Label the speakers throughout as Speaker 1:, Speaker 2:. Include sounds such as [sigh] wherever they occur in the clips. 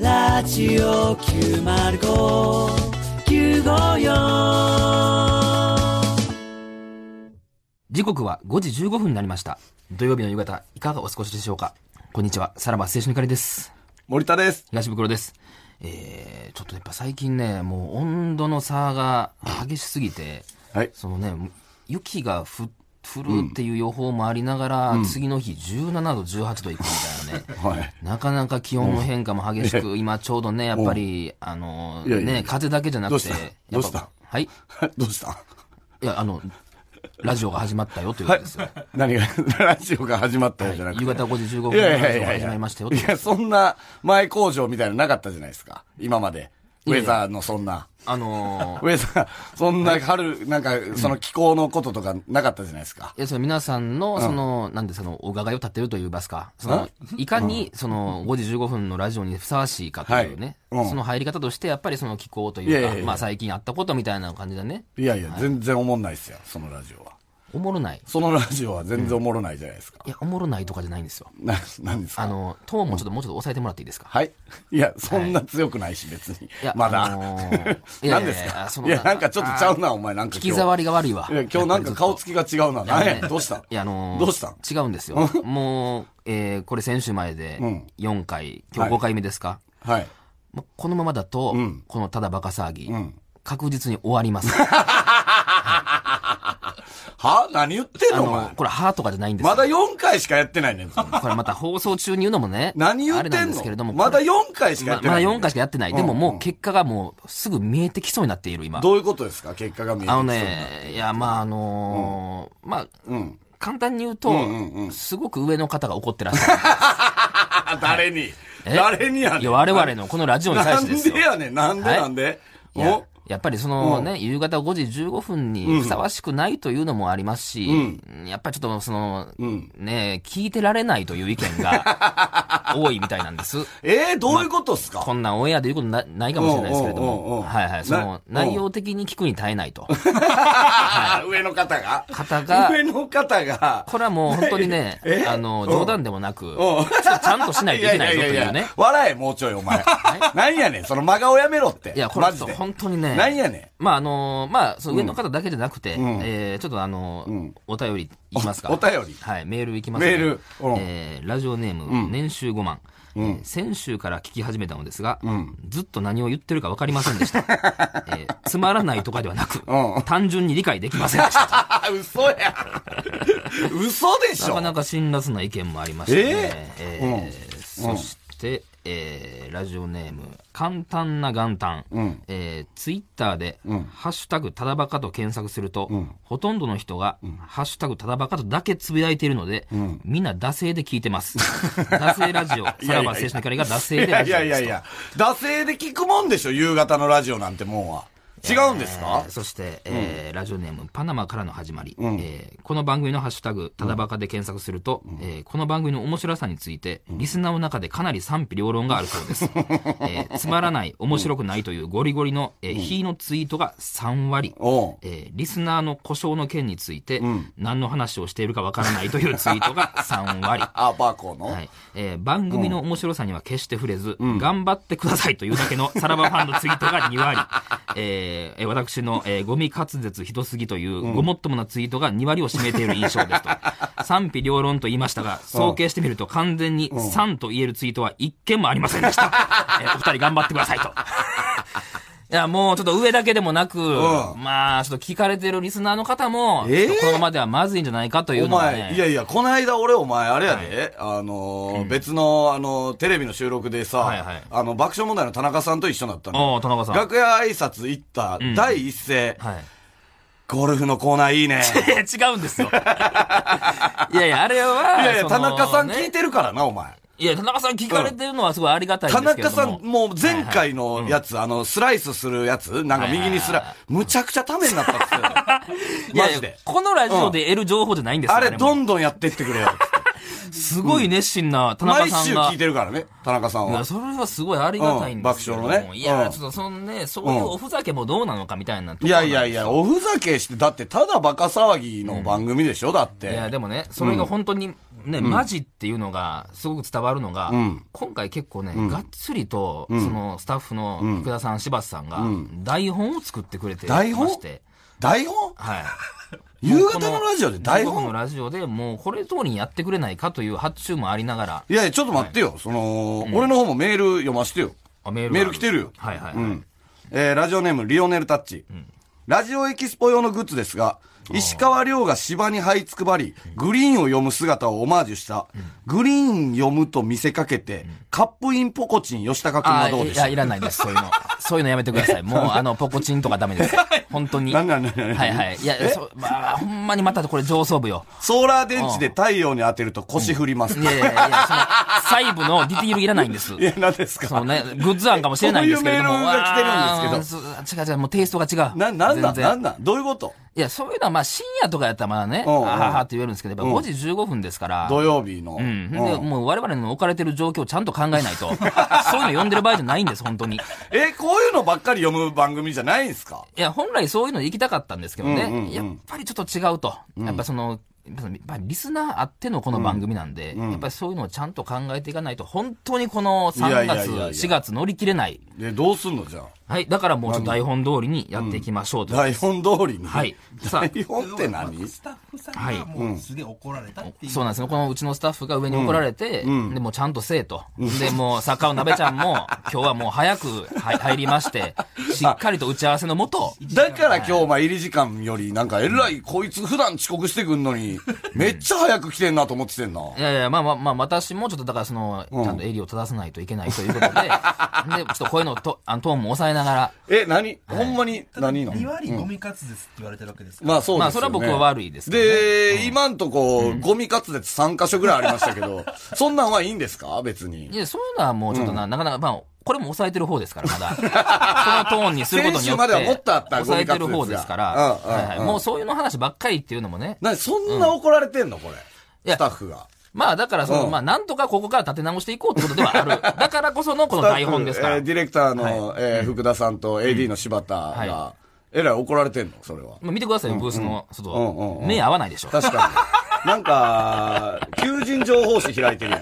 Speaker 1: 八を九マル五九五四。
Speaker 2: 時刻は5時15分になりました。土曜日の夕方、いかがお過ごしでしょうかこんにちは、さらば青春の光です。
Speaker 3: 森田です。
Speaker 2: 東袋です。えー、ちょっとやっぱ最近ね、もう温度の差が激しすぎて、
Speaker 3: はい。
Speaker 2: そのね、雪がふ降るっていう予報もありながら、次の日17度、18度いくみたいなね。
Speaker 3: [laughs] はい。
Speaker 2: なかなか気温の変化も激しく、今ちょうどね、やっぱり、あの、
Speaker 3: いやいや
Speaker 2: ね、風だけじゃなくて、
Speaker 3: どうした
Speaker 2: やっぱ
Speaker 3: どうした
Speaker 2: はい。
Speaker 3: どう
Speaker 2: [laughs]
Speaker 3: した
Speaker 2: いや、あの、ラジオが始まったよということですよ。
Speaker 3: 何が、ラジオが始まったよじゃなくて。
Speaker 2: 夕方5時15分
Speaker 3: い
Speaker 2: の
Speaker 3: やい
Speaker 2: ラ
Speaker 3: や
Speaker 2: ジ
Speaker 3: い
Speaker 2: オが
Speaker 3: やい
Speaker 2: 始まりましたよと
Speaker 3: や。いや、そんな前工場みたいなのなかったじゃないですか。今まで。ウェザーのそんな。
Speaker 2: あ
Speaker 3: [laughs]
Speaker 2: のー
Speaker 3: ウェザー、そんな春、なんか、その気候のこととかなかったじゃないですか。
Speaker 2: いや、その皆さんの、その、なんでその、お伺いを立てるといいますか、その、いかに、その、5時15分のラジオにふさわしいかというね、
Speaker 3: はいうん
Speaker 2: その入り方として、やっぱりその気候と
Speaker 3: い
Speaker 2: い
Speaker 3: やいうや
Speaker 2: か
Speaker 3: い、や
Speaker 2: まあ最近あったことみたいな感じでね、
Speaker 3: いやいや、全然おもんないっすよ、そのラジオは。
Speaker 2: おもろない。
Speaker 3: そのラジオは全然おもろないじゃないですか。
Speaker 2: いや、おもろないとかじゃないんですよ。
Speaker 3: な、なんです
Speaker 2: あ
Speaker 3: か
Speaker 2: の、トーンもちょっともうちょっと抑えてもらっていいですか
Speaker 3: はい。いや、そんな強くないし、別に
Speaker 2: いや。
Speaker 3: まだ。
Speaker 2: あのーいやいやいや
Speaker 3: 何ですか
Speaker 2: その
Speaker 3: いや、なんかちょっとちゃうな、お前、なんか
Speaker 2: 聞
Speaker 3: 今
Speaker 2: き
Speaker 3: 日。
Speaker 2: 障りが悪いわ。
Speaker 3: いや、今日なんか顔つきが違うな。何
Speaker 2: やっぱりずっと
Speaker 3: やねんどうした
Speaker 2: いや、あのー
Speaker 3: どうしたん
Speaker 2: 違うんですよ。もう、えーこれ先週前で
Speaker 3: うん、
Speaker 2: 4回、今
Speaker 3: はい
Speaker 2: 日5回目ですか、
Speaker 3: はい。
Speaker 2: もうこのままだと、
Speaker 3: ん
Speaker 2: このただバカ騒ぎ、
Speaker 3: ん
Speaker 2: 確実に終わります。
Speaker 3: は何言ってん
Speaker 2: あ
Speaker 3: のお
Speaker 2: の
Speaker 3: 前、。
Speaker 2: これ、はとかじゃないんですよ。
Speaker 3: まだ4回しかやってないね
Speaker 2: [laughs]
Speaker 3: ん。そんな
Speaker 2: これまた放送中に言うのもね。
Speaker 3: 何言って
Speaker 2: あれなん
Speaker 3: ん
Speaker 2: ですけれど
Speaker 3: の
Speaker 2: も。
Speaker 3: まだ
Speaker 2: これ
Speaker 3: 4回しかや
Speaker 2: ま
Speaker 3: って
Speaker 2: ま
Speaker 3: な
Speaker 2: だ
Speaker 3: いねん。
Speaker 2: 4回しかやってない。でももう結果がもうすぐ見えてきそうになっている、今。
Speaker 3: どういうことですか結果が見えてき
Speaker 2: あ
Speaker 3: そう
Speaker 2: の
Speaker 3: な
Speaker 2: ね、いや、まあ、あのーまあ、
Speaker 3: ん
Speaker 2: 簡単に言うと、
Speaker 3: んうん
Speaker 2: すごく上の方が怒ってらっしゃ
Speaker 3: [laughs]
Speaker 2: る。
Speaker 3: あ、誰に
Speaker 2: え
Speaker 3: 誰にやねん。
Speaker 2: いや、我々のこのラジオに対
Speaker 3: な
Speaker 2: してで
Speaker 3: ん
Speaker 2: す
Speaker 3: で
Speaker 2: よ。
Speaker 3: やねん。なんで
Speaker 2: はい
Speaker 3: なんで
Speaker 2: いや
Speaker 3: お
Speaker 2: やっぱりそのね、夕方5時15分にふさわしくないというのもありますし、やっぱりちょっとその、
Speaker 3: ん
Speaker 2: ね、聞いてられないという意見が
Speaker 3: [laughs]
Speaker 2: 多いみたいなんです。
Speaker 3: えー、どういうことっすか
Speaker 2: こんなんオンエアで言うことなないかもしれないですけれど
Speaker 3: おうおうおうお
Speaker 2: も、
Speaker 3: う
Speaker 2: はいはい、その
Speaker 3: な
Speaker 2: 内容的に聞くに耐えない
Speaker 3: [laughs]
Speaker 2: と。
Speaker 3: あ [laughs] ー上の方が
Speaker 2: 方が
Speaker 3: 上の方が。
Speaker 2: これはもう本当にね
Speaker 3: [laughs] え、
Speaker 2: あの、
Speaker 3: うん
Speaker 2: 冗談でもなく、ち
Speaker 3: う
Speaker 2: ょ
Speaker 3: ん
Speaker 2: っとちゃんとしないといけないぞというね。
Speaker 3: 笑え、もうちょい、お前。何やねん、その真顔やめろって。
Speaker 2: いや、これ
Speaker 3: マ
Speaker 2: ち
Speaker 3: ジ
Speaker 2: ょっ
Speaker 3: で
Speaker 2: と。本当にね、
Speaker 3: 何やねん。
Speaker 2: まああのまあ、その上の方だけじゃなくて、えーちょっとあの
Speaker 3: ん
Speaker 2: お便りいきますか。
Speaker 3: おお便り
Speaker 2: はい、メールいきますね
Speaker 3: メールうん
Speaker 2: えーラジオネーム、年収5万。えー先週から聞き始めたのですが、ずっと何を言ってるか分かりません
Speaker 3: [laughs]
Speaker 2: でした。えーつまらないとかではなく、
Speaker 3: うん
Speaker 2: 単純に理解できませんでした。
Speaker 3: あ、 [laughs] 嘘や。嘘でし
Speaker 2: な
Speaker 3: ょ
Speaker 2: か。なか辛辣な意見もありましてね。
Speaker 3: え
Speaker 2: え
Speaker 3: ー
Speaker 2: ーそして、えーラジオネーム、簡単な元旦。
Speaker 3: ん
Speaker 2: えーツイッターで、ハッシュタグただバカと検索すると、ほとんどの人が、ハッシュタグただバカとだけつぶやいているので、みんな惰性で聞いてます。 [laughs] 惰性ラジオ。さらば青春の光が惰性で
Speaker 3: いや
Speaker 2: ラ
Speaker 3: い
Speaker 2: ジオ
Speaker 3: や
Speaker 2: ですと。
Speaker 3: いやいや、惰性で聞くもんでしょ、夕方のラジオなんてもんは。違うんですか
Speaker 2: えーそして、えーラジオネーム、パナマからの始まり、えーこの番組のハッシュタグ、ただバカで検索すると、えーこの番組の面白さについて、リスナーの中でかなり賛否両論があるそう [laughs] です。えーつまらない、面白くないというゴリゴリの、えー、非のツイートが3割。
Speaker 3: おう
Speaker 2: えーリスナーの故障の件について、何の話をしているかわからないというツイートが3割。
Speaker 3: あ、バーコーの、
Speaker 2: はいえー番組の面白さには決して触れず、頑張ってくださいというだけのさらばファンのツイートが2割、 [laughs] えーえー私の、えーゴミ滑舌ひどすぎという、ごもっともなツイートが2割を占めている印象です
Speaker 3: [laughs]
Speaker 2: と賛否両論と言いましたが総計してみると完全に3と言えるツイートは1件もありませんでした、
Speaker 3: [laughs]
Speaker 2: えーお二人頑張ってくださいと。いや、もうちょっと上だけでもなく、まあ、ちょっと聞かれてるリスナーの方も、
Speaker 3: えー
Speaker 2: ちょっとこのままではまずいんじゃないかという
Speaker 3: お
Speaker 2: のは、ね。
Speaker 3: 前、いやいや、この間俺お前、あれやで、あのー別の、あのーテレビの収録でさ、
Speaker 2: はいはい
Speaker 3: あの、爆笑問題の田中さんと一緒だったの。
Speaker 2: おー田中さん。
Speaker 3: 楽屋挨拶行った第一声、
Speaker 2: はい。
Speaker 3: ゴルフのコーナーいいね。
Speaker 2: [laughs] いや違うんですよ。 [laughs] いやいや、あれは、
Speaker 3: いやいや、
Speaker 2: そ
Speaker 3: 田
Speaker 2: の
Speaker 3: 中さん聞い
Speaker 2: ね
Speaker 3: てるからな、お前。
Speaker 2: いや、田中さん聞かれてるのはすごいありがたい
Speaker 3: 田
Speaker 2: んですけ
Speaker 3: 中
Speaker 2: れども。
Speaker 3: さん、もう前回のやつ、あの、スライスするやつ、なんか右にスラ
Speaker 2: は
Speaker 3: イ
Speaker 2: いはいはい
Speaker 3: むちゃくちゃためになったっつって
Speaker 2: [laughs]
Speaker 3: た
Speaker 2: いや
Speaker 3: よ
Speaker 2: い
Speaker 3: マ
Speaker 2: や
Speaker 3: ジで。
Speaker 2: このラジオで得る情報じゃないんですよ。
Speaker 3: あれ、
Speaker 2: も
Speaker 3: どんどんやってってくれよ。
Speaker 2: すごい熱心な田中
Speaker 3: 毎
Speaker 2: さん
Speaker 3: 週
Speaker 2: が。
Speaker 3: 聞いてるからね、田中さん
Speaker 2: いや、
Speaker 3: は。
Speaker 2: それはすごいありがたいんですけれども
Speaker 3: うん爆笑のね
Speaker 2: いや、
Speaker 3: うん
Speaker 2: ちょっとそのね、そういうおふざけもどうなのかみたいなとこ
Speaker 3: い
Speaker 2: ろな
Speaker 3: や
Speaker 2: んです
Speaker 3: い
Speaker 2: よ
Speaker 3: やいや、おふざけして、だってただバカ騒ぎの番組でしょ、だっ
Speaker 2: いや、
Speaker 3: て。
Speaker 2: でもね、それが本当に、ね、マジっていうのが、すごく伝わるのが、
Speaker 3: ん
Speaker 2: 今回結構ね、がっつりと、その、スタッフの福田さん、柴田さんが、台本を作ってくれてま
Speaker 3: 台本
Speaker 2: して、
Speaker 3: 台本
Speaker 2: はい。
Speaker 3: 夕方のラジオで台
Speaker 2: もうこの中国の
Speaker 3: 本
Speaker 2: ラジオでもうこれ通りにやってくれないかという発注もありながら、
Speaker 3: いやいや、ちょっと待ってよ。その、俺の方もメール読ましてよ。
Speaker 2: あメールが
Speaker 3: メール来てるよ。
Speaker 2: はいはいはい。
Speaker 3: うん。えーラジオネーム、リオネルタッチ。ラジオエキスポ用のグッズですが、石川遼が芝に這いつくばり、グリーンを読む姿をオマージュした、グリーン読むと見せかけて、カップインポコチン吉高君
Speaker 2: あ
Speaker 3: は
Speaker 2: ー
Speaker 3: どうで
Speaker 2: い
Speaker 3: した
Speaker 2: や、いらないです、そういうの。そういうのやめてください。もう、あの、ポコチンとかダメです。本当に。
Speaker 3: なんなんなんなん
Speaker 2: はいはい。いや、そう、まあ、ほんまにまたこれ上層部よ。
Speaker 3: ソーラー電池で太陽に当てると腰振ります。
Speaker 2: いやいやいや、その、細部のディティールいらないんです。
Speaker 3: いや、何ですか
Speaker 2: そうね、グッズ案かもしれないんですけれども。
Speaker 3: そういうメールが来てるんです
Speaker 2: すけど。違う違う、もうテイストが違う。
Speaker 3: な、なんだ、
Speaker 2: 全然
Speaker 3: なんだ、どういうこと
Speaker 2: いや、そういうのはまあ深夜とかやったらまあね、あ
Speaker 3: うんうん
Speaker 2: ははって言えるんですけど、やっぱ5時15分ですから。
Speaker 3: 土曜日の。
Speaker 2: うん。で、もう我々の置かれてる状況をちゃんと考えないと。
Speaker 3: [laughs]
Speaker 2: そういうの読んでる場合じゃないんです、本当に。い
Speaker 3: え、こういうのばっかり読む番組じゃないんですか
Speaker 2: や、本来そういうの行きたかったんですけどね。
Speaker 3: うんうんうん
Speaker 2: やっぱりちょっと違うと。やっぱその、やっぱリスナーあってのこの番組なんで、やっぱりそういうのをちゃんと考えていかないと、本当にこの3月、
Speaker 3: いやいやいやいや
Speaker 2: 4月乗り切れない。
Speaker 3: え、どうすんのじゃあ。
Speaker 2: はい。だからもうちょっと台本通りにやっていきましょうと。
Speaker 3: 台本通りに。
Speaker 2: はいさあ
Speaker 3: 台本って何
Speaker 4: スタッフさんがもうすげえ怒られたっていう。
Speaker 2: そうなんですよ。このうちのスタッフが上に怒られて、で、もうちゃんとせえと。で、もう、坂尾鍋ちゃんも、今日はもう早くはい入りまして、しっかりと打ち合わせのもと、
Speaker 3: だから今日、まあ、入り時間より、なんか、えらい、こいつ普段遅刻してくんの [laughs] に、めっちゃ早く来てんなと思っててんな。
Speaker 2: いやいや、まあまあまあ、私もちょっとだからその、ちゃんと襟を正さないといけないという
Speaker 3: [laughs]
Speaker 2: ことで、で、ちょっと声のとあのトーンも抑えながら、
Speaker 3: え、何ほんまに、何な
Speaker 4: 2
Speaker 3: の
Speaker 4: 割ゴミ滑舌って言われてるわけですから。
Speaker 3: まあ、そうですよね。
Speaker 2: まあそれは僕は悪いですけどね
Speaker 3: で、今んとこ、ゴミ滑舌3箇所ぐらいありましたけど、そんなん [laughs] はいいんですか別
Speaker 2: い
Speaker 3: に。
Speaker 2: や、そういうのはもうちょっとな、なかなか、まあ、これも抑えてる方ですから、まだ。
Speaker 3: [laughs]
Speaker 2: そのトーンにすることによって。
Speaker 3: 先週まではもっとあった
Speaker 2: 抑えてる方ですから。
Speaker 3: ゴミ活動ですがうんうん
Speaker 2: はいはいもうそういうの話ばっかりっていうのもね。
Speaker 3: なに、そんな怒られてんのこれ。
Speaker 2: や
Speaker 3: スタッフが。
Speaker 2: まあだからその、
Speaker 3: うん
Speaker 2: まあなんとかここから立て直していこうってことではあ
Speaker 3: [laughs]
Speaker 2: る。だからこそのこの台本ですか
Speaker 3: え
Speaker 2: ら。
Speaker 3: ーディレクターの、えー福田さんと AD の柴田
Speaker 2: はい
Speaker 3: が、えらい怒られてんのそれは。
Speaker 2: まあ見てくださいよ、ブースの外。
Speaker 3: うんうんうん
Speaker 2: 目合わないでしょ。
Speaker 3: 確かに。なんか、求人情報誌開いてるやん。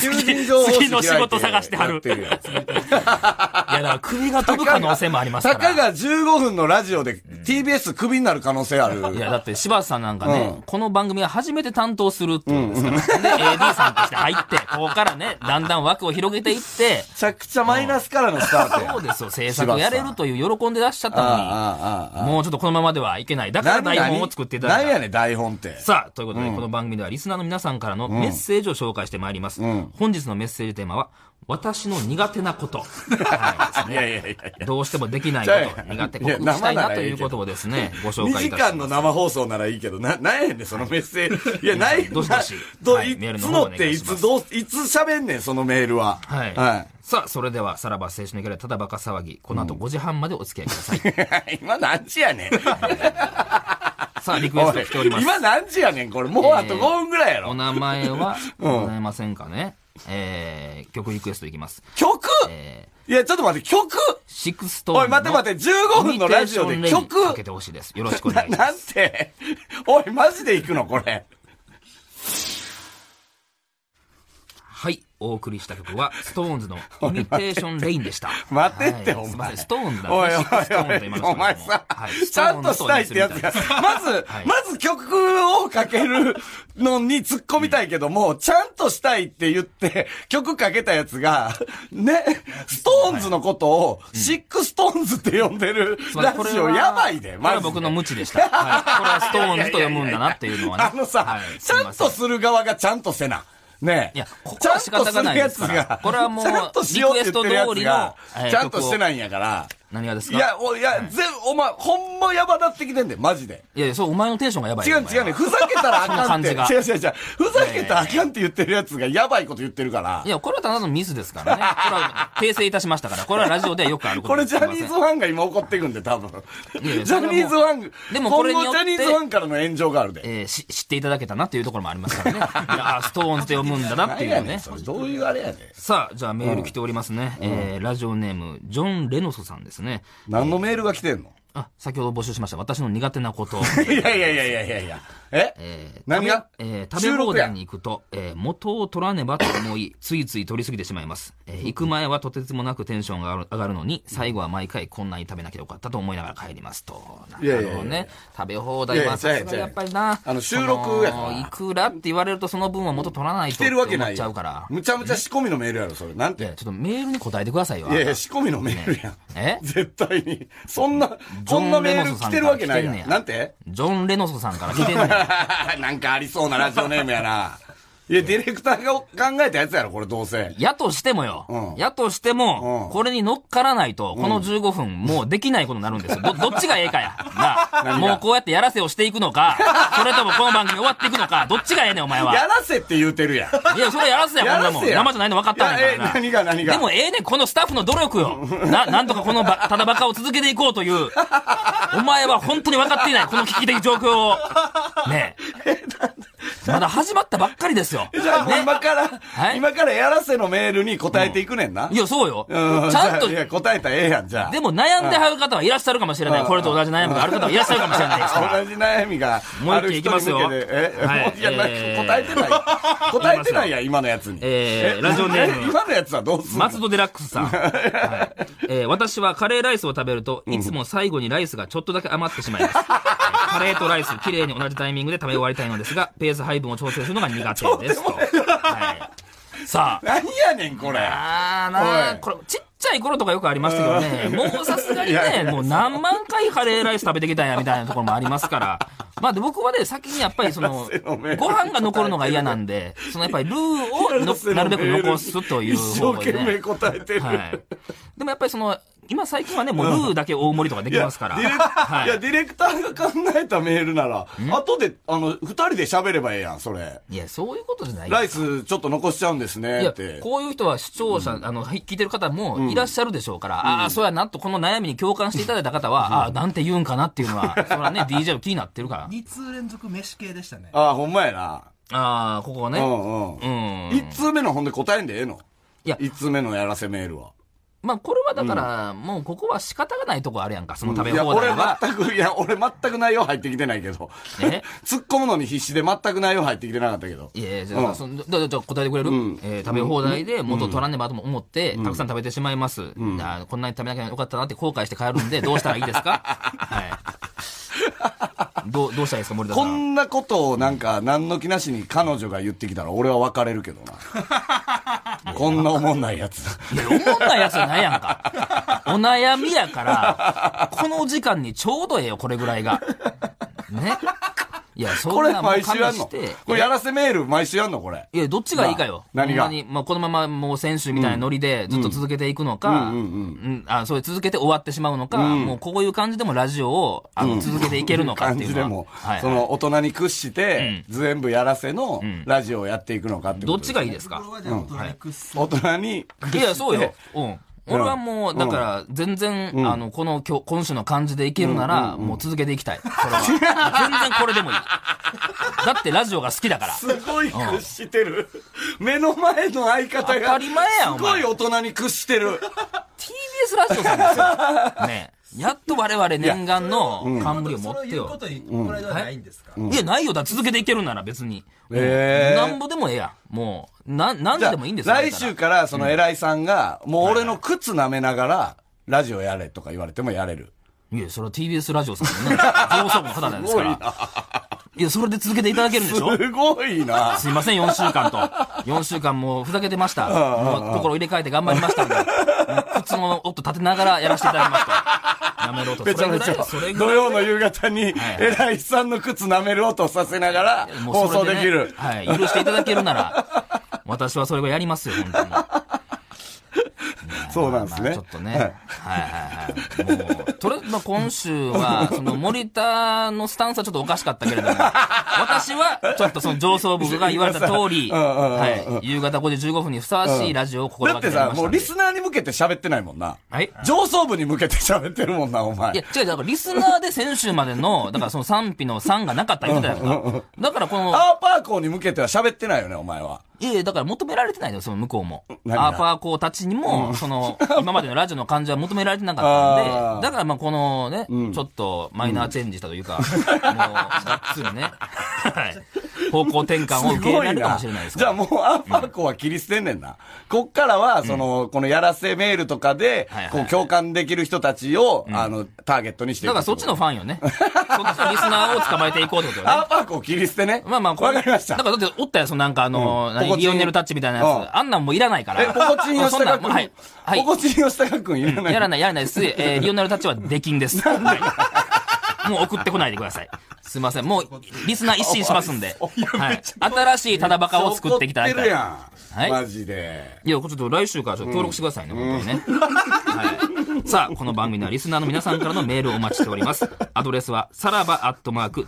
Speaker 3: 求人情報誌開いて
Speaker 2: 次の仕事探してはる
Speaker 3: やってやん
Speaker 2: いやだから首が飛ぶ可能性もありますか
Speaker 3: た
Speaker 2: ら。
Speaker 3: かが15分のラジオで TBS クビになる可能性ある。
Speaker 2: いや、だって柴田さんなんかね、
Speaker 3: うん
Speaker 2: この番組は初めて担当するってことですから。で、AD さんとして入って、ここからね、だんだん枠を広げていって、
Speaker 3: めちゃくちゃマイナスからのスタートやん。
Speaker 2: そうですよ、制作やれるという喜んでらっしゃっ
Speaker 3: ああ
Speaker 2: た
Speaker 3: あああ
Speaker 2: の
Speaker 3: あ
Speaker 2: に、もうちょっとこのままではいけない。だから台本を作っていただい
Speaker 3: 何
Speaker 2: た
Speaker 3: や。ねん台本って。
Speaker 2: さあ、ということで、この番組ではリスナーの皆さんからのメッセージを紹介してまいります。本日のメッセージテーマは、私の苦手なこと。はい
Speaker 3: い
Speaker 2: です
Speaker 3: や
Speaker 2: ね
Speaker 3: いやいやい
Speaker 2: どうしてもできないこ
Speaker 3: じゃ
Speaker 2: と、
Speaker 3: あ
Speaker 2: 苦手
Speaker 3: いや
Speaker 2: 克服したい
Speaker 3: 生な
Speaker 2: な
Speaker 3: ら
Speaker 2: と
Speaker 3: ええ
Speaker 2: い
Speaker 3: け
Speaker 2: う
Speaker 3: ど
Speaker 2: ことをですね、ご
Speaker 3: や。
Speaker 2: 紹
Speaker 3: 2
Speaker 2: 介い
Speaker 3: 時
Speaker 2: たします。
Speaker 3: 間の生放送ならいいけど、な、なんやねん、そのメッセージ。いや、ない、
Speaker 2: どしどし
Speaker 3: ど
Speaker 2: はい
Speaker 3: い
Speaker 2: メール
Speaker 3: つ
Speaker 2: の方
Speaker 3: の
Speaker 2: お願
Speaker 3: っ
Speaker 2: い
Speaker 3: て、い
Speaker 2: します
Speaker 3: つ、どう、いつ喋んねん、そのメールは。
Speaker 2: はい。
Speaker 3: はい。
Speaker 2: さあ、それでは、さらば青春のギャラただバカ騒ぎ、この後5時半までお付き合いください。
Speaker 3: [laughs] 今何時やねん。
Speaker 2: [laughs] さあ、リクエスト来ております。
Speaker 3: 今何時やねん、これ。もうあと5分ぐらいや
Speaker 2: お
Speaker 3: ろ。
Speaker 2: 名前はございませんかね、えー、曲リクエストいきます。
Speaker 3: 曲
Speaker 2: えー、
Speaker 3: いや、ちょっと待って、曲
Speaker 2: シックストーン
Speaker 3: おい、待って待って、15分のラジオで曲
Speaker 2: かけてほしいです。よろしくお
Speaker 3: な [laughs]
Speaker 2: 願いしま
Speaker 3: なん
Speaker 2: す。
Speaker 3: ておい、マジで行くの、これ。
Speaker 2: はい。お送りした曲は、ストーンズのイミテーションレインでした。
Speaker 3: 待てって、
Speaker 2: はい
Speaker 3: お
Speaker 2: すいませ
Speaker 3: 前。
Speaker 2: んストーンズだ
Speaker 3: おいおい
Speaker 2: シックストーンと言い
Speaker 3: お
Speaker 2: ま
Speaker 3: い
Speaker 2: し、た
Speaker 3: お前さ
Speaker 2: はい、
Speaker 3: ちゃんとしたいってやつが、まず、
Speaker 2: [laughs] はい
Speaker 3: まず曲をかけるのに突っ込みたいけども、ちゃんとしたいって言って、曲かけたやつが、ね、ストーンズのことを、シックストーンズって呼んでる
Speaker 2: すいま
Speaker 3: ラ
Speaker 2: せんこれ
Speaker 3: ジオ、
Speaker 2: は
Speaker 3: やばいで、
Speaker 2: これ
Speaker 3: マ
Speaker 2: は
Speaker 3: ジで。
Speaker 2: 僕の無知でした。はい。これはストーンズと読むんだなっていうのはね。
Speaker 3: あのさ、
Speaker 2: はい
Speaker 3: ちゃんとする側がちゃんとせな。ねえ。
Speaker 2: いやここは仕方がないですから
Speaker 3: ちゃんとるやつが
Speaker 2: これはもう
Speaker 3: ちゃんとしようって言ってるやつ
Speaker 2: リクエスト通り
Speaker 3: が
Speaker 2: のえー
Speaker 3: ちゃんとしてないんやから。
Speaker 2: 何がです
Speaker 3: い
Speaker 2: か
Speaker 3: や、おいや、全、お前、ほんまやばなってきてんで、マジで。
Speaker 2: いやいや、そう、お前のテンションがやばい
Speaker 3: 違
Speaker 2: よ。
Speaker 3: う違
Speaker 2: お
Speaker 3: うね。
Speaker 2: 前は
Speaker 3: ふざけたらあかんって。違
Speaker 2: その感
Speaker 3: う
Speaker 2: じ
Speaker 3: 違う違う。ふざけたらあかんって言ってるやつがやばいこと言ってるから
Speaker 2: い。や、これはただのミスですからね。これは訂正いたしましたから。これはラジオではよくあること
Speaker 3: [laughs] これ
Speaker 2: です
Speaker 3: ジャニーズファンが今怒ってくんで、多分。ジ
Speaker 2: いやいや
Speaker 3: ャニーズファン、
Speaker 2: でもこれによ
Speaker 3: 今後
Speaker 2: って
Speaker 3: ジャニーズファンからの炎上があるで。
Speaker 2: えーし知っていただけたなっていうところもありますからね。いやあストーンズって読むんだなってい
Speaker 3: 何や
Speaker 2: う
Speaker 3: ねん
Speaker 2: ね。
Speaker 3: それどういうあれやねん。
Speaker 2: さあ、じゃあメール来ておりますね。えーラジオネーム、ジョン・レノソさんですね。
Speaker 3: 何のメールが来てんの [laughs]
Speaker 2: あ、先ほど募集しました。私の苦手なこと。
Speaker 3: いやいやいやいやいやいや。え
Speaker 2: えー
Speaker 3: 何が
Speaker 2: 食べえー食べ
Speaker 3: 収
Speaker 2: 放
Speaker 3: 録や
Speaker 2: 題に行くと、えー元を取らねばと思い、ついつい取りすぎてしまいます。えー行く前はとてつもなくテンションが上がる上がるのに、最後は毎回こんなに食べなきゃよかったと思いながら帰りますと。ない
Speaker 3: やいやい
Speaker 2: る
Speaker 3: や
Speaker 2: ほどね。食べ放
Speaker 3: いや
Speaker 2: 題
Speaker 3: いや
Speaker 2: は、さすが
Speaker 3: 違う違う
Speaker 2: やっぱりな。
Speaker 3: あの収録やから
Speaker 2: そのいくらって言われるとその分は元取らないと
Speaker 3: 来てるわ
Speaker 2: っ
Speaker 3: け
Speaker 2: て
Speaker 3: な
Speaker 2: 思っ
Speaker 3: い
Speaker 2: ちゃ
Speaker 3: や
Speaker 2: うんから。
Speaker 3: むちゃむちゃ仕込みのメールやろそれなん
Speaker 2: い
Speaker 3: て
Speaker 2: や、ちょっとメールに答えてくださいよ。
Speaker 3: いやいや仕込みのメールやん
Speaker 2: え
Speaker 3: 絶対にそんな
Speaker 2: ジ
Speaker 3: そ
Speaker 2: ョ
Speaker 3: ん
Speaker 2: ン
Speaker 3: なメー
Speaker 2: レ
Speaker 3: ル
Speaker 2: ノさ
Speaker 3: 来
Speaker 2: ん
Speaker 3: てるわけない
Speaker 2: から来てん
Speaker 3: や
Speaker 2: ねや
Speaker 3: んなんて
Speaker 2: ジョン・レノソさんから来てんのよ。
Speaker 3: [laughs] なんかありそうなラジオネームやないやディレクターが考えたやつやろこれどうせ
Speaker 2: やとしてもよ。
Speaker 3: うん
Speaker 2: やとしても、
Speaker 3: うん
Speaker 2: これに乗っからないと、この15分、もうできないことになるんですよ。ど、どっちがええか
Speaker 3: [laughs]
Speaker 2: や。なあ、
Speaker 3: 何が
Speaker 2: もうこうやってやらせをしていくのか、それともこの番組終わっていくの
Speaker 3: [laughs]
Speaker 2: か、どっちがええねん、お前は。
Speaker 3: やらせって言うてるやん
Speaker 2: いや、それやらせや、こんなもん。
Speaker 3: やらせや
Speaker 2: 生じゃないの分かったんや
Speaker 3: い
Speaker 2: か
Speaker 3: やえ
Speaker 2: らな。
Speaker 3: 何が何が
Speaker 2: でもええねん、このスタッフの努力よ。
Speaker 3: [laughs]
Speaker 2: な、なんとかこのば、ただバカを続けていこうという。お前は本当に分かっていない、この危機的状況
Speaker 3: [laughs]
Speaker 2: を。ねえ。まだ始まったばっかりですよ。
Speaker 3: じゃあ、
Speaker 2: ね
Speaker 3: 今から、
Speaker 2: い
Speaker 3: 今からやらせのメールに答えていくねんな。
Speaker 2: いや、そうよ。ち
Speaker 3: う
Speaker 2: ゃんと
Speaker 3: じゃあいや答えたらええやん、じゃあ。
Speaker 2: でも悩んではる方はいらっしゃるかもしれない。
Speaker 3: うん
Speaker 2: これと同じ悩みがある方はいらっしゃるかもしれないです
Speaker 3: [laughs]
Speaker 2: から。
Speaker 3: 同じ悩みが
Speaker 2: もう
Speaker 3: あ
Speaker 2: 一
Speaker 3: る
Speaker 2: 件いき
Speaker 3: 人に
Speaker 2: ま
Speaker 3: 向
Speaker 2: す
Speaker 3: け
Speaker 2: よ
Speaker 3: て、え、
Speaker 2: はい
Speaker 3: もういやなんか
Speaker 2: えー
Speaker 3: 答えてない。
Speaker 2: [laughs]
Speaker 3: 答えてないやん、今のやつに。 [laughs]
Speaker 2: えーラジオネーム
Speaker 3: 今のやつはどうすんの
Speaker 2: 松戸デラックスさん、はいえー私はカレーライスを食べるといつも最後にライスがちょっとだけ余ってしまいます、えーカレーとライス綺麗に同じタイミングで食べ終わりたいのですがペース配分を調整するのが苦手ですとはい、さあ
Speaker 3: 何やねん、これ。
Speaker 2: あーな
Speaker 3: お
Speaker 2: あ
Speaker 3: い
Speaker 2: これちっちゃい頃とかよくありましたけどねもうさすがに
Speaker 3: いや
Speaker 2: ね
Speaker 3: いや
Speaker 2: もう何万回カレーライス食べてきたんやみたいなところもあります
Speaker 3: [laughs]
Speaker 2: からまあで僕はね先にやっぱりそのご飯が残るのが嫌なんでそのやっぱりルーをのなるべく残すという
Speaker 3: 一
Speaker 2: 方
Speaker 3: 生
Speaker 2: 法
Speaker 3: 懸
Speaker 2: で
Speaker 3: 命
Speaker 2: ね
Speaker 3: 答えてる。
Speaker 2: はい。でもやっぱりその、今最近はね、もうルーだけ大盛りとかで
Speaker 3: い
Speaker 2: き
Speaker 3: や
Speaker 2: ますから。
Speaker 3: ディレク
Speaker 2: はい
Speaker 3: いや、ディレクターが考えたメールなら、後で、あの、二人で喋ればええやん、それ。
Speaker 2: いや、そういうことじゃない
Speaker 3: ライスちょっと残しちゃうんです
Speaker 2: い
Speaker 3: ね、
Speaker 2: や
Speaker 3: って。
Speaker 2: こういう人は視聴者、あのはい聞いてる方もいらっしゃるでしょうから、ああ、そうやなと、この悩みに共感していただいた方は、ああ、なんて言うんかなっていうのは、それはね、DJ の気になってるから。
Speaker 4: 2通連続飯系でしたね。
Speaker 3: ああ、ほんまやな。
Speaker 2: ああ、ここは
Speaker 3: う
Speaker 2: ね。
Speaker 3: んうん
Speaker 2: う。ん。
Speaker 3: 一通目のほんで答えんでええの
Speaker 2: いや
Speaker 3: 一通目のやらせメールは。
Speaker 2: まあ、これはだから、もうここは仕方がないとこあるやんか、その食べ
Speaker 3: いや、
Speaker 2: 放題
Speaker 3: 俺
Speaker 2: は。
Speaker 3: 全く、いや、俺全く内容入ってきてないけど。
Speaker 2: ね
Speaker 3: 突っ込むのに必死で全く内容入ってきてなかったけど。
Speaker 2: いやいや、じ
Speaker 3: う
Speaker 2: ゃ
Speaker 3: ん
Speaker 2: あ、そのじゃあじゃあ答えてくれる、
Speaker 3: うん
Speaker 2: えー食べ放題で元取らねばとも思って、たくさん食べてしまいます、あーこんなに食べなきゃよかったなって後悔して帰るんで、どうしたらいいですかはい。どう、どうしたらいいですか、森田さ
Speaker 3: こ
Speaker 2: ん。
Speaker 3: んなことをなんか、何の気なしに彼女が言ってきたら、俺は別れるけど
Speaker 2: [laughs]
Speaker 3: な。こんなおもんないやつ。
Speaker 2: いや、思んないやつじゃないやんか。お悩みやから、この時間にちょうどええよ、これぐらいが。ね。いや、そ
Speaker 3: こ
Speaker 2: ん
Speaker 3: れ
Speaker 2: なもん
Speaker 3: 毎
Speaker 2: 加
Speaker 3: 週や
Speaker 2: 味
Speaker 3: んの
Speaker 2: して。
Speaker 3: これやらせメール毎週やんのこれ。
Speaker 2: いや、どっちがいいかよ。
Speaker 3: な何が
Speaker 2: ほんまに、まあ、このままもう選手みたいなノリでずっと続けていくのか、
Speaker 3: うんうんうん
Speaker 2: うんあ、それ続けて終わってしまうのか、
Speaker 3: うん
Speaker 2: もうこういう感じでもラジオを、あの、続けていけるのかっ
Speaker 3: 感
Speaker 2: てい
Speaker 3: じ
Speaker 2: う
Speaker 3: で
Speaker 2: のは。
Speaker 3: も
Speaker 2: はい、
Speaker 3: その大人に屈して、全部やらせの
Speaker 2: ん
Speaker 3: ラジオをやっていくのかって
Speaker 2: ど
Speaker 3: こ
Speaker 2: っ
Speaker 3: とです
Speaker 2: ち
Speaker 3: ね
Speaker 2: がいいですか
Speaker 4: これはじゃあ大人に屈する
Speaker 3: 大人に屈して。
Speaker 2: いや、 [laughs] そうよ。うん。俺はもう、だから、全然、
Speaker 3: ん
Speaker 2: あの、この、今日、今週の感じでいけるなら、もう続けていきたい。それは。全然これでもいい。だってラジオが好きだから。
Speaker 3: [laughs] すごい屈してる。目の前の相方
Speaker 2: 当
Speaker 3: が。
Speaker 2: たり前やんお
Speaker 3: すご
Speaker 2: 前
Speaker 3: い大人に屈してる。
Speaker 2: TBS ラジオさんですよ。ねやっと我々念願の冠を持っ
Speaker 4: それを
Speaker 2: て
Speaker 4: 言う
Speaker 2: よ。
Speaker 4: ことに、これではないんですか、
Speaker 2: いや、ないよ。だから続けていけるなら別に。
Speaker 3: ええ
Speaker 2: なんぼでもええやん。もう、なん、なんでもいいんですよ。
Speaker 3: 来週からその偉いさんが、もう俺の靴舐めながら、ラジオやれとか言われてもやれる。
Speaker 2: いや、それは TBS ラジオさんのね、 [laughs] 上層部の方なんですから。いや、それで続けていただけるんでしょ
Speaker 3: すごいな。
Speaker 2: すいません、4週間と。4週間もうふざけてました。もうところ入れ替えて頑張りましたんで。もう靴の音立てながらやらせていただきました。やめろと。
Speaker 3: めちゃめちゃ
Speaker 2: [laughs] それ、ぐ
Speaker 3: 土
Speaker 2: らい、
Speaker 3: 曜の夕方に、
Speaker 2: はい
Speaker 3: 偉いさんの靴舐める音をさせながら、
Speaker 2: も
Speaker 3: 放
Speaker 2: うそ
Speaker 3: 送
Speaker 2: れ
Speaker 3: で
Speaker 2: ね
Speaker 3: きる。
Speaker 2: はい。許していただけるなら、私はそれをやりますよ、本当に。
Speaker 3: そうなんです
Speaker 2: まあ
Speaker 3: ね
Speaker 2: ちょっ。とね。はいはいはい。もう、とりあえず、まあ、今週は、その、森田のスタンスはちょっとおかしかったけれども、私は、ちょっとその上層部が言われた通り、
Speaker 3: うんうんうんうん
Speaker 2: はい、夕方5時15分にふさわしいラジオを心
Speaker 3: だ
Speaker 2: が
Speaker 3: っ
Speaker 2: け
Speaker 3: て
Speaker 2: てや
Speaker 3: さ
Speaker 2: り、まし
Speaker 3: も
Speaker 2: た
Speaker 3: うん
Speaker 2: で
Speaker 3: リスナーに向けて喋ってないもんな。
Speaker 2: はい。
Speaker 3: 上層部に向けて喋ってるもんな、お前。
Speaker 2: いや、違う、だからリスナーで先週までの、 [laughs] だからその賛否の賛がなかった言ってたやんか。だからこの、
Speaker 3: アーパー校に向けては喋ってないよね、お前は。
Speaker 2: いやいやだから求められてないのよ、その向こうも。
Speaker 3: 何が
Speaker 2: アーパー校たちにも、その、今までのラジオの感じは求められてなかったん
Speaker 3: あ
Speaker 2: [laughs]
Speaker 3: ー
Speaker 2: で、だからまあこののね、ちょっとマイナーチェンジしたというか、もう、がっつりね、 [laughs] はい方向転換を受け入れられるかもしれないです
Speaker 3: じ
Speaker 2: か
Speaker 3: ゃあ
Speaker 2: ら。
Speaker 3: もうアンパンコは切り捨てんねんな。こっからは、その、このやらせメールとかで
Speaker 2: はいはい、は
Speaker 3: こ
Speaker 2: いう
Speaker 3: 共感できる人たちを、あの、ターゲットにしてい
Speaker 2: だ
Speaker 3: く
Speaker 2: からそっちのファンよね。そっちのリスナーを捕まえていこうってことよね。
Speaker 3: アンパンコを切り捨てね。
Speaker 2: まあまあ、
Speaker 3: わかりました
Speaker 2: だ。からだっておったよ、そのなんかあの、
Speaker 3: うん
Speaker 2: 何
Speaker 3: ポコチン
Speaker 2: リオネルタッチみたいなや
Speaker 3: う
Speaker 2: つ。あんなんもういらないから。
Speaker 3: え、ポコチン吉
Speaker 2: そんな
Speaker 3: 高
Speaker 2: んもうはい
Speaker 3: 君。。
Speaker 2: はい。
Speaker 3: ポコチン吉高君いらない。
Speaker 2: やらない、やらないです。えーリオネルタッチは出禁
Speaker 3: [laughs]
Speaker 2: です。はいもう送ってこないでください。すいません。もう、リスナー一新しますんで。
Speaker 3: [laughs]
Speaker 2: はい。新しいタダバカを作ってきただ
Speaker 3: 怒
Speaker 2: い
Speaker 3: って
Speaker 2: た
Speaker 3: る
Speaker 2: い。
Speaker 3: やん。
Speaker 2: はい
Speaker 3: マジで。
Speaker 2: いや、ちょっと来週からちょっと協力してくださいね、本当にね。はい。さあ、この番組のリスナーの皆さんからのメールをお待ちしております。アドレスは、さらばアットマーク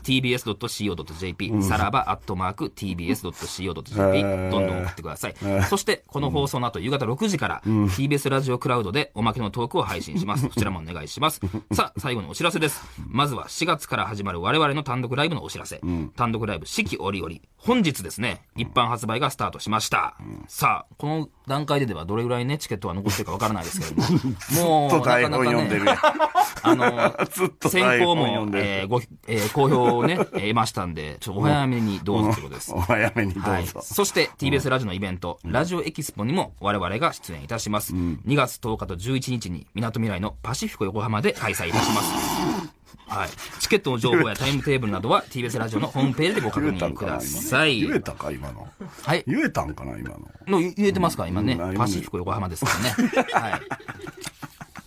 Speaker 2: tbs.co.jp、さらばアットマーク tbs.co.jp、どんどん送ってください。そして、この放送の後、夕方6時から、TBS ラジオクラウドでおまけのトークを配信し
Speaker 3: [laughs]
Speaker 2: ます。そちらもお願いします。さあ、最後にお知らせです。まずは4月から始まる我々の単独ライブのお知らせ。単独ライブ四季折々。本日ですね、一般発売がスタートしました。さあ、この段階でではどれぐらいね、チケットは残ってるかわからないですけれども。も
Speaker 3: [laughs] ずっと
Speaker 2: う、な
Speaker 3: 台
Speaker 2: かな
Speaker 3: 本
Speaker 2: か
Speaker 3: 読んでる
Speaker 2: ね、
Speaker 3: やん。
Speaker 2: あの、
Speaker 3: [laughs] ずっと
Speaker 2: 先
Speaker 3: 台
Speaker 2: 行
Speaker 3: 本
Speaker 2: も
Speaker 3: 読ん、でる。
Speaker 2: えーご、えー好評をね、えー得ましたんで、ちょっとお早めにどうぞということです
Speaker 3: お。早めにどうぞ。
Speaker 2: はい、そして TBS ラジオのイベント、ラジオエキスポにも我々が出演いたします、2月10日と11日にみなとみらいのパシフィコ横浜で開催いたし
Speaker 3: [laughs]
Speaker 2: ます、はい、チケットの情報やタイムテーブルなどは TBS ラジオのホームページでご確
Speaker 3: 言えた
Speaker 2: 認
Speaker 3: ん
Speaker 2: く
Speaker 3: かな
Speaker 2: ださい
Speaker 3: 今の言えたか今の。
Speaker 2: はい
Speaker 3: 言えたんかな今の。
Speaker 2: の言えてますから今ね、
Speaker 3: うん
Speaker 2: パシフィコ横浜ですからね [laughs] はい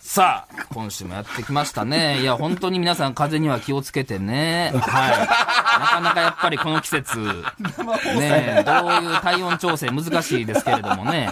Speaker 2: さあ今週もやってきましたねいや本当に皆さん風邪には気をつけてねはいなかなかやっぱりこの季節ねどういう体温調整難しいですけれどもね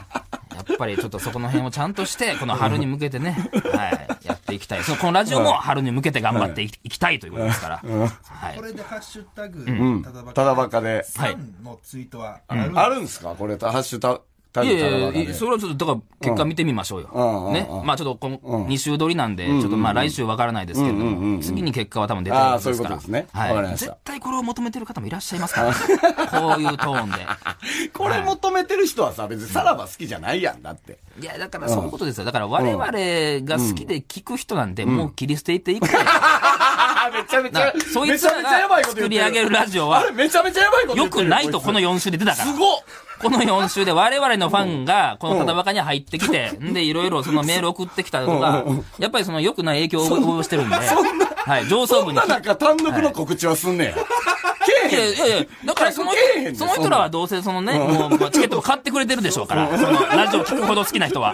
Speaker 2: やっぱりちょっとそこの辺をちゃんとしてこの春に向けてね、はい、やっていきたいそのこのラジオも春に向けて頑張っていき,、たいということですから、はい
Speaker 4: こ、れでハッシュタグ、ただば
Speaker 3: ただバカで。
Speaker 2: はい
Speaker 4: 3のツイートは
Speaker 3: あるんですかこれ、ハッシュタグ、タ
Speaker 2: い
Speaker 3: グただ
Speaker 2: や
Speaker 3: バカ
Speaker 2: いや、
Speaker 3: で。
Speaker 2: それはちょっと、だから、結果見てみましょう
Speaker 3: うんう
Speaker 2: よ。
Speaker 3: ん
Speaker 2: ね
Speaker 3: う。
Speaker 2: まあ、ちょっと、この、2週撮りなんで、ちょっと、まあ、来週わからないですけれども、次に結果は多分出てるはずですから。
Speaker 3: あーそういうことですねわかり
Speaker 2: は
Speaker 3: ま
Speaker 2: い。
Speaker 3: した
Speaker 2: 絶対これを求めてる方もいらっしゃいます
Speaker 3: [laughs]
Speaker 2: から。こういうトーンで。
Speaker 3: これ求めてる人はさ、別にさらば好きじゃないやんだって。
Speaker 2: いや、だから、そういうことですよ。だから、我々が好きで聞く人なんて、もう切り捨てていくから。
Speaker 3: あ、めち [laughs] ゃめち
Speaker 2: な
Speaker 3: ゃ、
Speaker 2: そい
Speaker 3: め
Speaker 2: つ
Speaker 3: ちゃ
Speaker 2: ら
Speaker 3: めちゃやば
Speaker 2: が
Speaker 3: いこと言
Speaker 2: 作
Speaker 3: って
Speaker 2: り
Speaker 3: る。
Speaker 2: 上げるラジオ
Speaker 3: あ
Speaker 2: は
Speaker 3: れ、、めちゃめちゃやばいこと言
Speaker 2: 良
Speaker 3: ってる。
Speaker 2: くないと、
Speaker 3: つ
Speaker 2: この4週で出たから。
Speaker 3: すごっ
Speaker 2: この4週で我々のファンが、このただバカに入ってきて、んで、いろいろそのメール送ってきたとか、やっぱりその良くない影響を及ぼしてるんで、はい、上層
Speaker 3: そ
Speaker 2: 部に。
Speaker 3: んない
Speaker 2: や
Speaker 3: 中、単独の告知はすんねや。けえへん
Speaker 2: いやいや、だからその
Speaker 3: 客けえへん
Speaker 2: 人、
Speaker 3: で
Speaker 2: その人らはどうせそのね、もうまあチケットを買ってくれてるでしょうから、そのラジオ聞くほど好きな人は。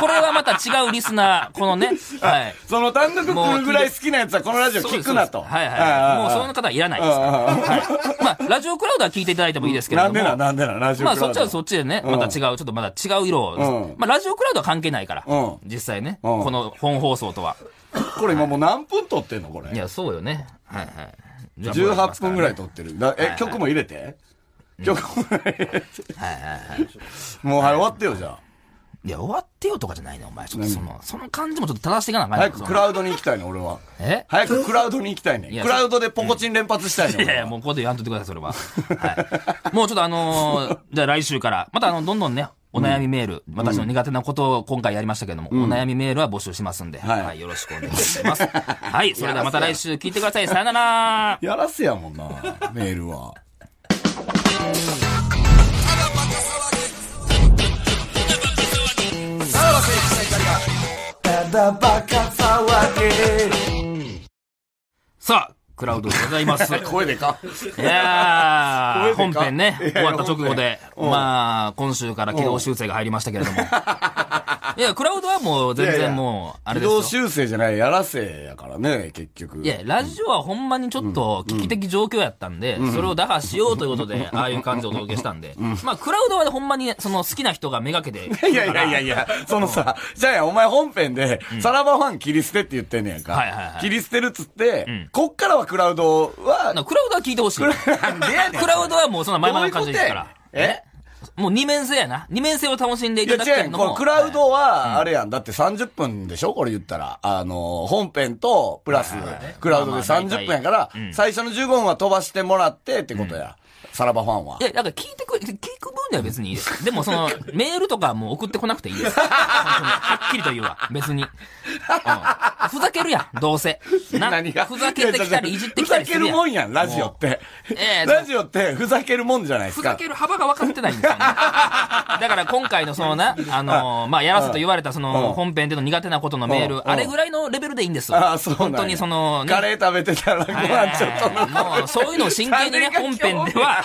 Speaker 2: これはまた違うリスナー、このね、はい。
Speaker 3: その単独来るぐらい好きなやつはこのラジオ聞くな
Speaker 2: そ
Speaker 3: と。
Speaker 2: うですそうですはいはい。もう
Speaker 3: ああ
Speaker 2: その方はいらないですから。はい。まあ、ラジオクラウドは聞いていただいてもいいですけれ
Speaker 3: な
Speaker 2: ど
Speaker 3: ん
Speaker 2: も。
Speaker 3: でな、なんでな、ラジオ
Speaker 2: まあ
Speaker 3: クラ
Speaker 2: そ
Speaker 3: ウ
Speaker 2: っち
Speaker 3: ド
Speaker 2: はそっちでね、また違う、ちょっとまだ違う色を、
Speaker 3: うん
Speaker 2: まあラジオクラウドは関係ないから、
Speaker 3: うん
Speaker 2: 実際ね、
Speaker 3: うん
Speaker 2: この本放送とは。
Speaker 3: これ今もう何分撮ってんのこれ
Speaker 2: い。や、そうよね。はいはい。じゃあもうやります
Speaker 3: 18
Speaker 2: から
Speaker 3: 分
Speaker 2: ね
Speaker 3: ぐらい撮ってる。だえ、曲も入れて曲も入れて。もうはい、終わってよ、じゃ
Speaker 2: いや、終わってよとかじゃないね、お前。ちょっとその、その感じもちょっと正していかなあか
Speaker 3: あ。
Speaker 2: んね
Speaker 3: 早
Speaker 2: ん
Speaker 3: く
Speaker 2: その
Speaker 3: クラウドに行きたいね、俺は。
Speaker 2: え
Speaker 3: 早くクラウドに行きたい
Speaker 2: い
Speaker 3: ね。
Speaker 2: や
Speaker 3: クラウドでポコチン連発したいね。
Speaker 2: いやいや、もうここで言わんといてください、それは。はい。もうちょっとあのーじゃあ来週から、またあの、どんどんね、お悩みメール、私の苦手なことを今回やりましたけども、お悩みメールは募集しますんで、
Speaker 3: はい
Speaker 2: はい、よろしくお願いします。はい、それではまた来週聞いてください。さよなら
Speaker 3: やらせやもんな、メールは。
Speaker 4: ただバカ騒げ
Speaker 2: さあ、クラウドでございます。
Speaker 3: [laughs] 声でか。
Speaker 2: いやー、
Speaker 3: 声
Speaker 2: 本
Speaker 3: でか
Speaker 2: 編ね、
Speaker 3: いやいや
Speaker 2: 終わった直後で、
Speaker 3: 本編うん
Speaker 2: まあ、今週から軌道修正が入りましたけれど
Speaker 3: [laughs]
Speaker 2: も。いや、クラウドはもう全
Speaker 3: いやいや
Speaker 2: 然もう、あれ
Speaker 3: 軌
Speaker 2: です
Speaker 3: 道
Speaker 2: よ。
Speaker 3: 修正じゃない、やらせやからね、結局。
Speaker 2: いや、ラジオはほんまにちょっと危機的状況やったんで、それを打破しようということで、ああいう感じをお届けしたんで、まあ、クラウドはほんまに、その好きな人がめがけて、
Speaker 3: いやいやいやいや、そのさ、じゃあや、お前本編で、さらばファン切り捨てって言ってんねやんか。
Speaker 2: はいはいはい
Speaker 3: 切り捨てるっつって、こっからはクラウドは、
Speaker 2: なクラウドは聞いてほしい。クラウドはもうそんな前々の感じですから。
Speaker 3: どういうことやねん
Speaker 2: もう二面性やな。二面性を楽しんでい
Speaker 3: い
Speaker 2: た
Speaker 3: や
Speaker 2: だき
Speaker 3: 違
Speaker 2: た
Speaker 3: うや
Speaker 2: い
Speaker 3: ん
Speaker 2: の
Speaker 3: こ
Speaker 2: も。
Speaker 3: のクラウドは、あれやん。だって30分でしょこれ言ったら。あの、本編と、プラス、クラウドで
Speaker 2: まあまあ。
Speaker 3: 30分やから、最初の15分は飛ばしてもらってってことや。さらばファンはい
Speaker 2: や、だから聞いてくれ、聞く分には別にいい
Speaker 3: [laughs]
Speaker 2: です。でもその、メールとかはもう送ってこなくていいです。本当にはっきりと言うわ。別に。うんふざけるやん、どうせ。な
Speaker 3: 何が
Speaker 2: ふざけてきたり、いじってきたりするやん。
Speaker 3: ふざけるもんやん、ラジオって。
Speaker 2: え
Speaker 3: [laughs]
Speaker 2: え
Speaker 3: ラジオってふざけるもんじゃないです
Speaker 2: ふ
Speaker 3: か。
Speaker 2: ざける幅が分かってないんですよね。だから今回のその
Speaker 3: [laughs]
Speaker 2: な、あのーまあ、やらすと言われたそ
Speaker 3: うん
Speaker 2: の本編での苦手なことのメー
Speaker 3: うん
Speaker 2: ル、あれぐらいのレベルでいいんですよ。
Speaker 3: ああ、そうなん
Speaker 2: 本
Speaker 3: や
Speaker 2: 当にその、ね
Speaker 3: カレー食べてたらご飯ちょっと残る
Speaker 2: はいもうそういうのを真剣にね、
Speaker 3: 誰が
Speaker 2: 本編で
Speaker 3: [laughs]
Speaker 2: は、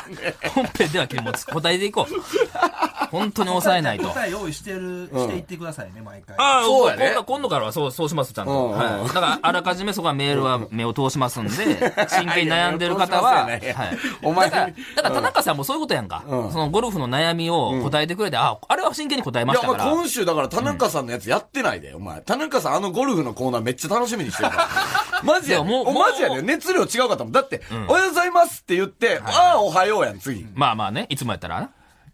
Speaker 2: 本編ではもう答えていこう。本当に抑えないと。
Speaker 4: 答え用意してる、していってくださいね、毎回。
Speaker 2: ああ、
Speaker 3: そうやね
Speaker 2: 今度今度からはそう、そうします、ちゃんと。
Speaker 3: うんうん
Speaker 2: はい。だから、あらかじめそこはメールは目を通しますんで、真剣に悩んでる方は、
Speaker 3: [laughs] いやいや
Speaker 2: はい。
Speaker 3: お前
Speaker 2: だから、だから田中さんもそういうことやんか。
Speaker 3: うん
Speaker 2: そのゴルフの悩みを答えてくれて、あ、あれは真剣に答えま
Speaker 3: い
Speaker 2: し
Speaker 3: や、
Speaker 2: た
Speaker 3: お
Speaker 2: か
Speaker 3: 前
Speaker 2: ら。
Speaker 3: 今週だから田中さんのやつやってないで、お前。田中さんあのゴルフのコーナーめっちゃ楽しみにしてるから。 [laughs] マジやで、
Speaker 2: いやもう
Speaker 3: お
Speaker 2: もう
Speaker 3: マジやで、熱量違うかったもん。だって、おはようございますって言って、ああ、おはようやん、次。
Speaker 2: まあまあね、いつもやったら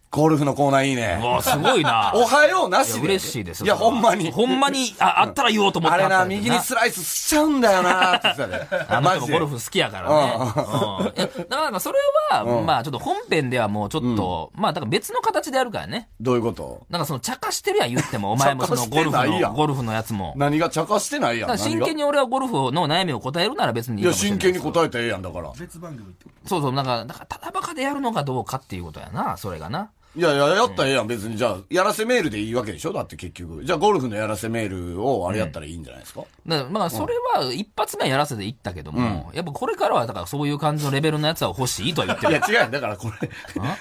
Speaker 3: ゴルフのコーナーいい
Speaker 2: な。
Speaker 3: ね。
Speaker 2: わあ、すごいな。
Speaker 3: [laughs] おはようないし
Speaker 2: や
Speaker 3: で。
Speaker 2: 嬉しいです。
Speaker 3: いや、ほんまに。
Speaker 2: ほんまに、あ、あったら言おうと思っ
Speaker 3: あ
Speaker 2: ては
Speaker 3: れ
Speaker 2: った
Speaker 3: な、
Speaker 2: んやけ
Speaker 3: 右
Speaker 2: ど
Speaker 3: にスライスしちゃうんだよなって言って [laughs] たで。
Speaker 2: あの
Speaker 3: マ
Speaker 2: 人
Speaker 3: ジ
Speaker 2: も
Speaker 3: で。
Speaker 2: ゴルフ好きやからね。うんいやだからなんかそれは、まあちょっと本編ではもうちょっと、まあだから別の形でやるからね。
Speaker 3: どういうこと
Speaker 2: なんかその茶化してるやん言っても、お前もそのゴル
Speaker 3: [laughs] 茶化
Speaker 2: フ
Speaker 3: してないや
Speaker 2: の、
Speaker 3: ん
Speaker 2: ゴルフのやつも。
Speaker 3: 何が茶化してないや
Speaker 2: だか
Speaker 3: ん。
Speaker 2: ら真剣
Speaker 3: に。
Speaker 2: に俺はゴルフの悩みを答えるなら別にい
Speaker 3: い
Speaker 2: いか
Speaker 3: や、
Speaker 2: もしれな
Speaker 3: 真
Speaker 2: いです
Speaker 3: 剣に答えたらええやんだから。
Speaker 4: 別番組ってこ
Speaker 2: そうそう、なんか、だからただバカでやるのかどうかっていうことやな、それがな。
Speaker 3: いやいや、やったらええやん、別に。じゃあ、やらせメールでいいわけでしょだって結局。じゃあ、ゴルフのやらせメールをあれやったらいいんじゃないですか、
Speaker 2: だからまあそれは一発目はやらせていったけども、やっぱこれからはだからそういう感じのレベルのやつは欲しいとは言って
Speaker 3: [laughs] い
Speaker 2: る。
Speaker 3: や、違うよだからこれ、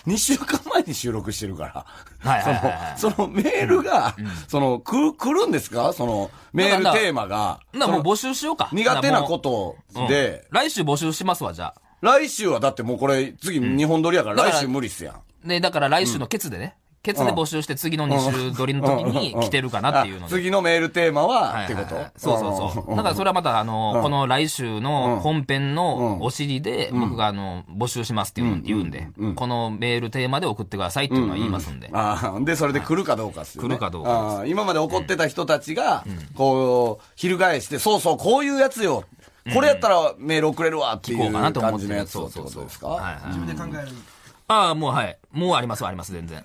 Speaker 3: 2週間前に収録してるから。
Speaker 2: はいはいはい [laughs] はい
Speaker 3: その、そのメールが、その、く、来るんですかその、メールテーマが。
Speaker 2: なもう募集しようか。
Speaker 3: 苦手なこととで、
Speaker 2: 来週募集しますわ、じゃあ。
Speaker 3: 来週はだってもうこれ、次、日本撮りやから、
Speaker 2: だから
Speaker 3: 来週無理っすやん。
Speaker 2: で、だから来週のケツでね、ケツで募集して次の2週撮りの時に来てるかなっていうの
Speaker 3: あ
Speaker 2: で。
Speaker 3: 次のメールテーマは、
Speaker 2: はい
Speaker 3: ってこと
Speaker 2: はいはいそうそうそう。だからそれはまた、あの、この来週の本編のお尻で、僕が、あの、募集しますっていうの言うんで、このメールテーマで送ってくださいっていうのは言いますんで。
Speaker 3: ああ、で、それで来るかどうかっすよ、ね
Speaker 2: 来るかどうかです
Speaker 3: ああ今まで怒ってた人たちが、こう、翻して、そうそう、こういうやつよ。これやったらメール送れるわってい
Speaker 2: 聞こ
Speaker 3: う
Speaker 2: うかなと思
Speaker 3: 感
Speaker 2: っ
Speaker 3: じ
Speaker 2: て
Speaker 3: の
Speaker 2: る
Speaker 3: やつをってことですか
Speaker 4: と。自分で考える。
Speaker 2: ああ、もうはい。もうあります、あります、全然。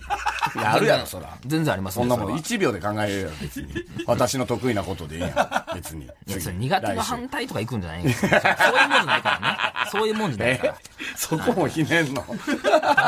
Speaker 3: いやあるやろ、そら。
Speaker 2: 全然あります
Speaker 3: そんなもん
Speaker 2: ん。
Speaker 3: 1秒で考えれるやろ、別に。私の得意なことでいいやん、別に。
Speaker 2: いやそれ苦手が
Speaker 3: 来週
Speaker 2: 反対とか行くんじゃないんですよ。そういうもんじゃないからね。そういうもんじゃない
Speaker 3: え [laughs]
Speaker 2: から。
Speaker 3: そこもひねんの
Speaker 2: 当た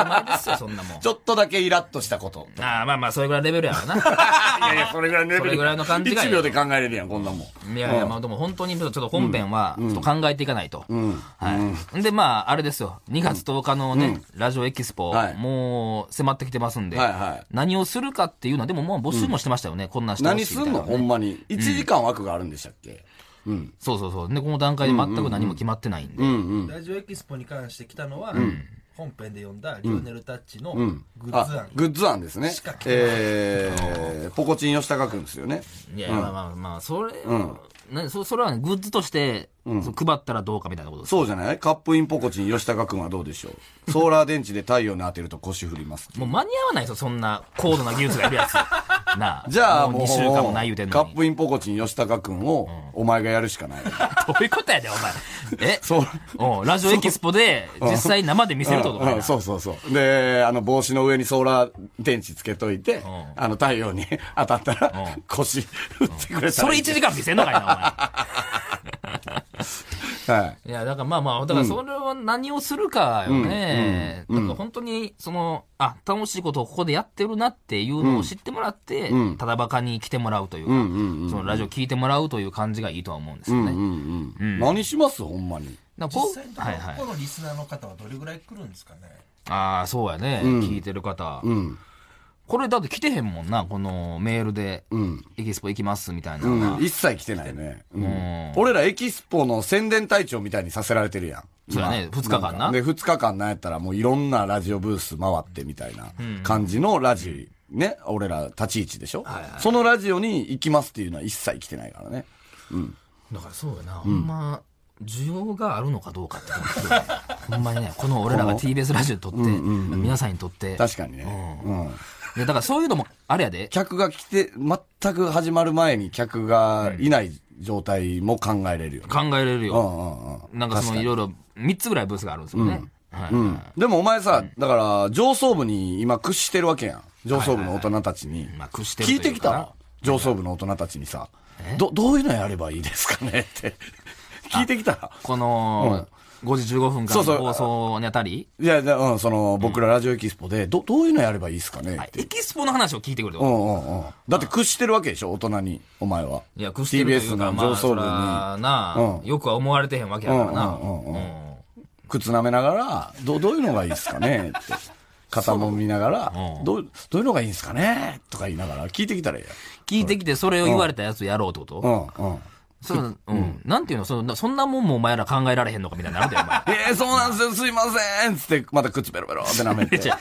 Speaker 2: り前ですよ、そんなもん。
Speaker 3: ちょっとだけイラッとしたこと。
Speaker 2: ああ、まあまあ、それぐらいレベルやろな。
Speaker 3: [laughs] いやいや、それぐらいのレベル
Speaker 2: それぐらいの感じが
Speaker 3: 1秒で考えれるやん、こんなもん。
Speaker 2: いやいや、まあでも本当にちょっと本編はちょっと考えていかないと。はい。で、まあ、あれですよ。2月10日のね、ラジオエキスポ、
Speaker 3: はい
Speaker 2: もう迫ってきてますんで、
Speaker 3: はいはい
Speaker 2: 何をするかっていうのは、でももう募集もしてましたよね、こんなんしてほしい
Speaker 3: 何
Speaker 2: みたいな、
Speaker 3: すんのほんまに。1時間枠があるんでしたっけ
Speaker 2: そうそうそう。で、この段階で全く何も決まってないんで。
Speaker 4: ラジオエキスポに関して来たのは、本編で読んだリオネルタッチのグッズ
Speaker 3: あ
Speaker 4: 案、。
Speaker 3: グッズ案ですね
Speaker 4: 仕掛。け
Speaker 3: えー、ポコチン吉高くんですよね。
Speaker 2: いや、まあまあまあ、それ、なそそれはね、グッズとして、そう配ったらどうかみたいなことです。
Speaker 3: そうじゃないカップインポコチン吉高くんはどうでしょうソーラー電池で太陽に当てると腰振ります。
Speaker 2: もう間に合わないですよ、そんな高度な技術がいる
Speaker 3: [laughs]
Speaker 2: やつ。なあ。
Speaker 3: じゃあもう、
Speaker 2: 2週間もない言うてんの
Speaker 3: カ
Speaker 2: に
Speaker 3: ッ。プインポコチン吉高くんを、お前がやるしかな
Speaker 2: [laughs]
Speaker 3: い。
Speaker 2: どういうことやで、お前。え
Speaker 3: そう
Speaker 2: おラジオエキスポで、実際生で見せるってことか
Speaker 3: うん
Speaker 2: い
Speaker 3: うん
Speaker 2: な。
Speaker 3: そうそうそう。で、あの、帽子の上にソーラー電池つけといて、
Speaker 2: ん
Speaker 3: あの、太陽に [laughs] 当たったら
Speaker 2: うん、
Speaker 3: 腰 [laughs] 振ってくれた
Speaker 2: そ
Speaker 3: ら
Speaker 2: れ
Speaker 3: いい
Speaker 2: 1時間見せんのかいな、
Speaker 3: はい。
Speaker 2: お前。いや、だからまあまあ、だからそれは何をするかよね。だから本当に、その、あ、楽しいことをここでやってるなっていうのを知ってもらって、ただバカに来てもらうというか、そのラジオ聞いてもらうという感じがいいとは思うんですよね。
Speaker 3: うんうん。何しますほんまに。
Speaker 2: だか
Speaker 4: 実
Speaker 2: らこう
Speaker 4: 際のとこ
Speaker 2: はい
Speaker 4: ろ、
Speaker 2: はい
Speaker 4: こ。のリスナーの方はどれぐらい来るんですかね。
Speaker 2: ああ、そうやね。聞いてる方。
Speaker 3: うん。
Speaker 2: これだって来てへんもんな、このメールで、エキスポ行きますみたいなのが。
Speaker 3: うん、一切来てないね。うん
Speaker 2: ん
Speaker 3: 俺らエキスポの宣伝隊長みたいにさせられてるやん。
Speaker 2: そうやね
Speaker 3: 今
Speaker 2: 二日間なん
Speaker 3: かで、二日間なんやったらもういろんなラジオブース回ってみたいな感じのラジオ、ね、俺ら立ち位置でしょ、そのラジオに行きますっていうのは一切来てないからね。
Speaker 2: だからそうやな、ほんま需要があるのかどうかってこと
Speaker 3: [laughs]
Speaker 2: だよねほんまにねこの俺らが TBS ラジオにとって、皆さんにとって
Speaker 3: 確かにね。うん。
Speaker 2: いやだからそういうのもあれやで
Speaker 3: 客が来て、全く始まる前に客がいない状態も考えれるよね。
Speaker 2: 考えれる
Speaker 3: う
Speaker 2: よ、
Speaker 3: んうんうん。
Speaker 2: なんかそのいろいろ3つぐらいブースがあるんですよね、はい
Speaker 3: うん。でもお前さ、だから上層部に今屈してるわけやん。上層部の大人たちに。
Speaker 2: まあ屈してる
Speaker 3: 聞い
Speaker 2: と
Speaker 3: て
Speaker 2: いう
Speaker 3: き
Speaker 2: か
Speaker 3: た上層部の大人たちにさ、ど、どういうのやればいいですかね [laughs] って。聞いてきたら。
Speaker 2: この、5時15分か
Speaker 3: そ
Speaker 2: ら
Speaker 3: うそう
Speaker 2: の放送にあたり、
Speaker 3: いや、じゃあうん、その、僕らラジオエキスポで、ど、どういうのやればいいですかね
Speaker 2: あ
Speaker 3: って。
Speaker 2: エキスポの話を聞いてくれ
Speaker 3: う
Speaker 2: と。
Speaker 3: んうんうん。だって屈してるわけでしょ、大人に、お前は。
Speaker 2: いや、クステルという
Speaker 3: TBS
Speaker 2: か、
Speaker 3: の
Speaker 2: ま
Speaker 3: 上
Speaker 2: あ、
Speaker 3: 層
Speaker 2: そ
Speaker 3: 部
Speaker 2: ら
Speaker 3: に、
Speaker 2: な
Speaker 3: うん、
Speaker 2: よくは思われてへんわけやからな。
Speaker 3: うんうんうんうん
Speaker 2: うん
Speaker 3: 靴舐めながら、ど、どういうのがいいですかね [laughs] って。肩もみながら
Speaker 2: う、ん
Speaker 3: どう、どういうのがいいんですかねとか言いながら、聞いてきたらえ
Speaker 2: 聞いてきて、それを言われたやつやろうってこと
Speaker 3: えやん。うんうん。。
Speaker 2: そのうん。なんていうのそのそんなもんもお前ら考えられへんのかみたいになるで、お前
Speaker 3: [laughs] ええそうなんですよ、すいませんつって、また靴ベロベロって舐め [laughs] て
Speaker 2: い。や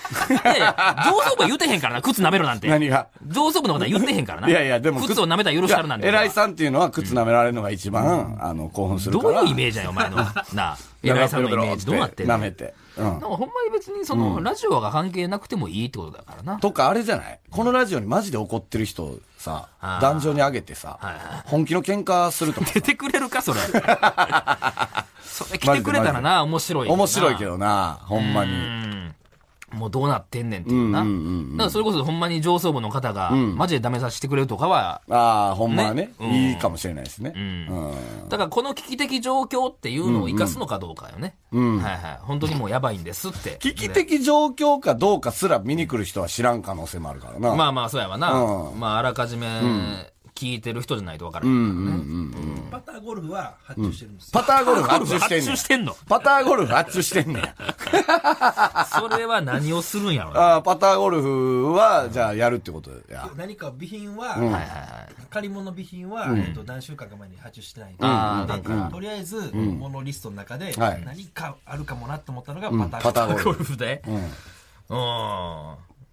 Speaker 2: い [laughs] や、上層部は言うてへんからな、靴舐めろなんて。
Speaker 3: 何が
Speaker 2: 上層部のことは言ってへんからな。
Speaker 3: いやいや、でも
Speaker 2: 靴を舐めたら許したるなんて。
Speaker 3: いや偉いさんっていうのは靴舐められるのが一番、あの、興奮する
Speaker 2: ど
Speaker 3: から。
Speaker 2: ういうイメージだよ、お前の。なあ。
Speaker 3: だから
Speaker 2: 偉いさんのイメージどうなってんの
Speaker 3: 舐めて。うん
Speaker 2: なん。かほんまに別にその、ラジオが関係なくてもいいってことだからな。
Speaker 3: とか、あれじゃないこのラジオにマジで怒ってる人をさ
Speaker 2: あ、ー
Speaker 3: 壇上に上げてさ
Speaker 2: はいは、
Speaker 3: 本気の喧嘩するとか。
Speaker 2: [laughs] 出てくれるか、それ。それ来てくれたらな、面白い。
Speaker 3: 面白いけ
Speaker 2: ど
Speaker 3: どな、ほんまに。
Speaker 2: な。もうどうなってんねんっていうな。だからそれこそほんまに上層部の方が、マジでダメさせてくれるとかは、
Speaker 3: ああ、ほんまはね
Speaker 2: ねうん
Speaker 3: いいかもしれないですね。うん
Speaker 2: だからこの危機的状況っていうのを生かすのかどうかよね。はいはい。本当にもうやばいんですって。
Speaker 3: 危機的状況かどうかすら見に来る人は知らん可能性もあるからな。
Speaker 2: まあまあ、そうやわな。
Speaker 3: う
Speaker 2: まあ、あらかじめ聞いてる人じゃないとわからへんからね。
Speaker 4: パターゴルフは発注してるんですよ、
Speaker 3: パターゴル
Speaker 2: ゴ
Speaker 3: フ
Speaker 2: ル
Speaker 3: 発
Speaker 2: フ
Speaker 3: 注してん
Speaker 2: 発
Speaker 3: ね
Speaker 2: 注
Speaker 3: ん
Speaker 2: してんの。
Speaker 3: パターゴルフ発注してんねん。
Speaker 2: それは何をするんやろうな。
Speaker 3: あーパターゴルフは、じゃあやるってことや。
Speaker 4: 何か備品は、
Speaker 2: はいはいはい
Speaker 4: 借り物備品は、えっと、何週間か前に発注してないんで、
Speaker 2: あー
Speaker 4: で
Speaker 2: だから
Speaker 4: とりあえず、このリストの中で、
Speaker 3: はい
Speaker 4: 何かあるかもなと思ったのが
Speaker 3: うん
Speaker 4: パターン、
Speaker 3: パター
Speaker 2: [laughs] ゴルフで。うん。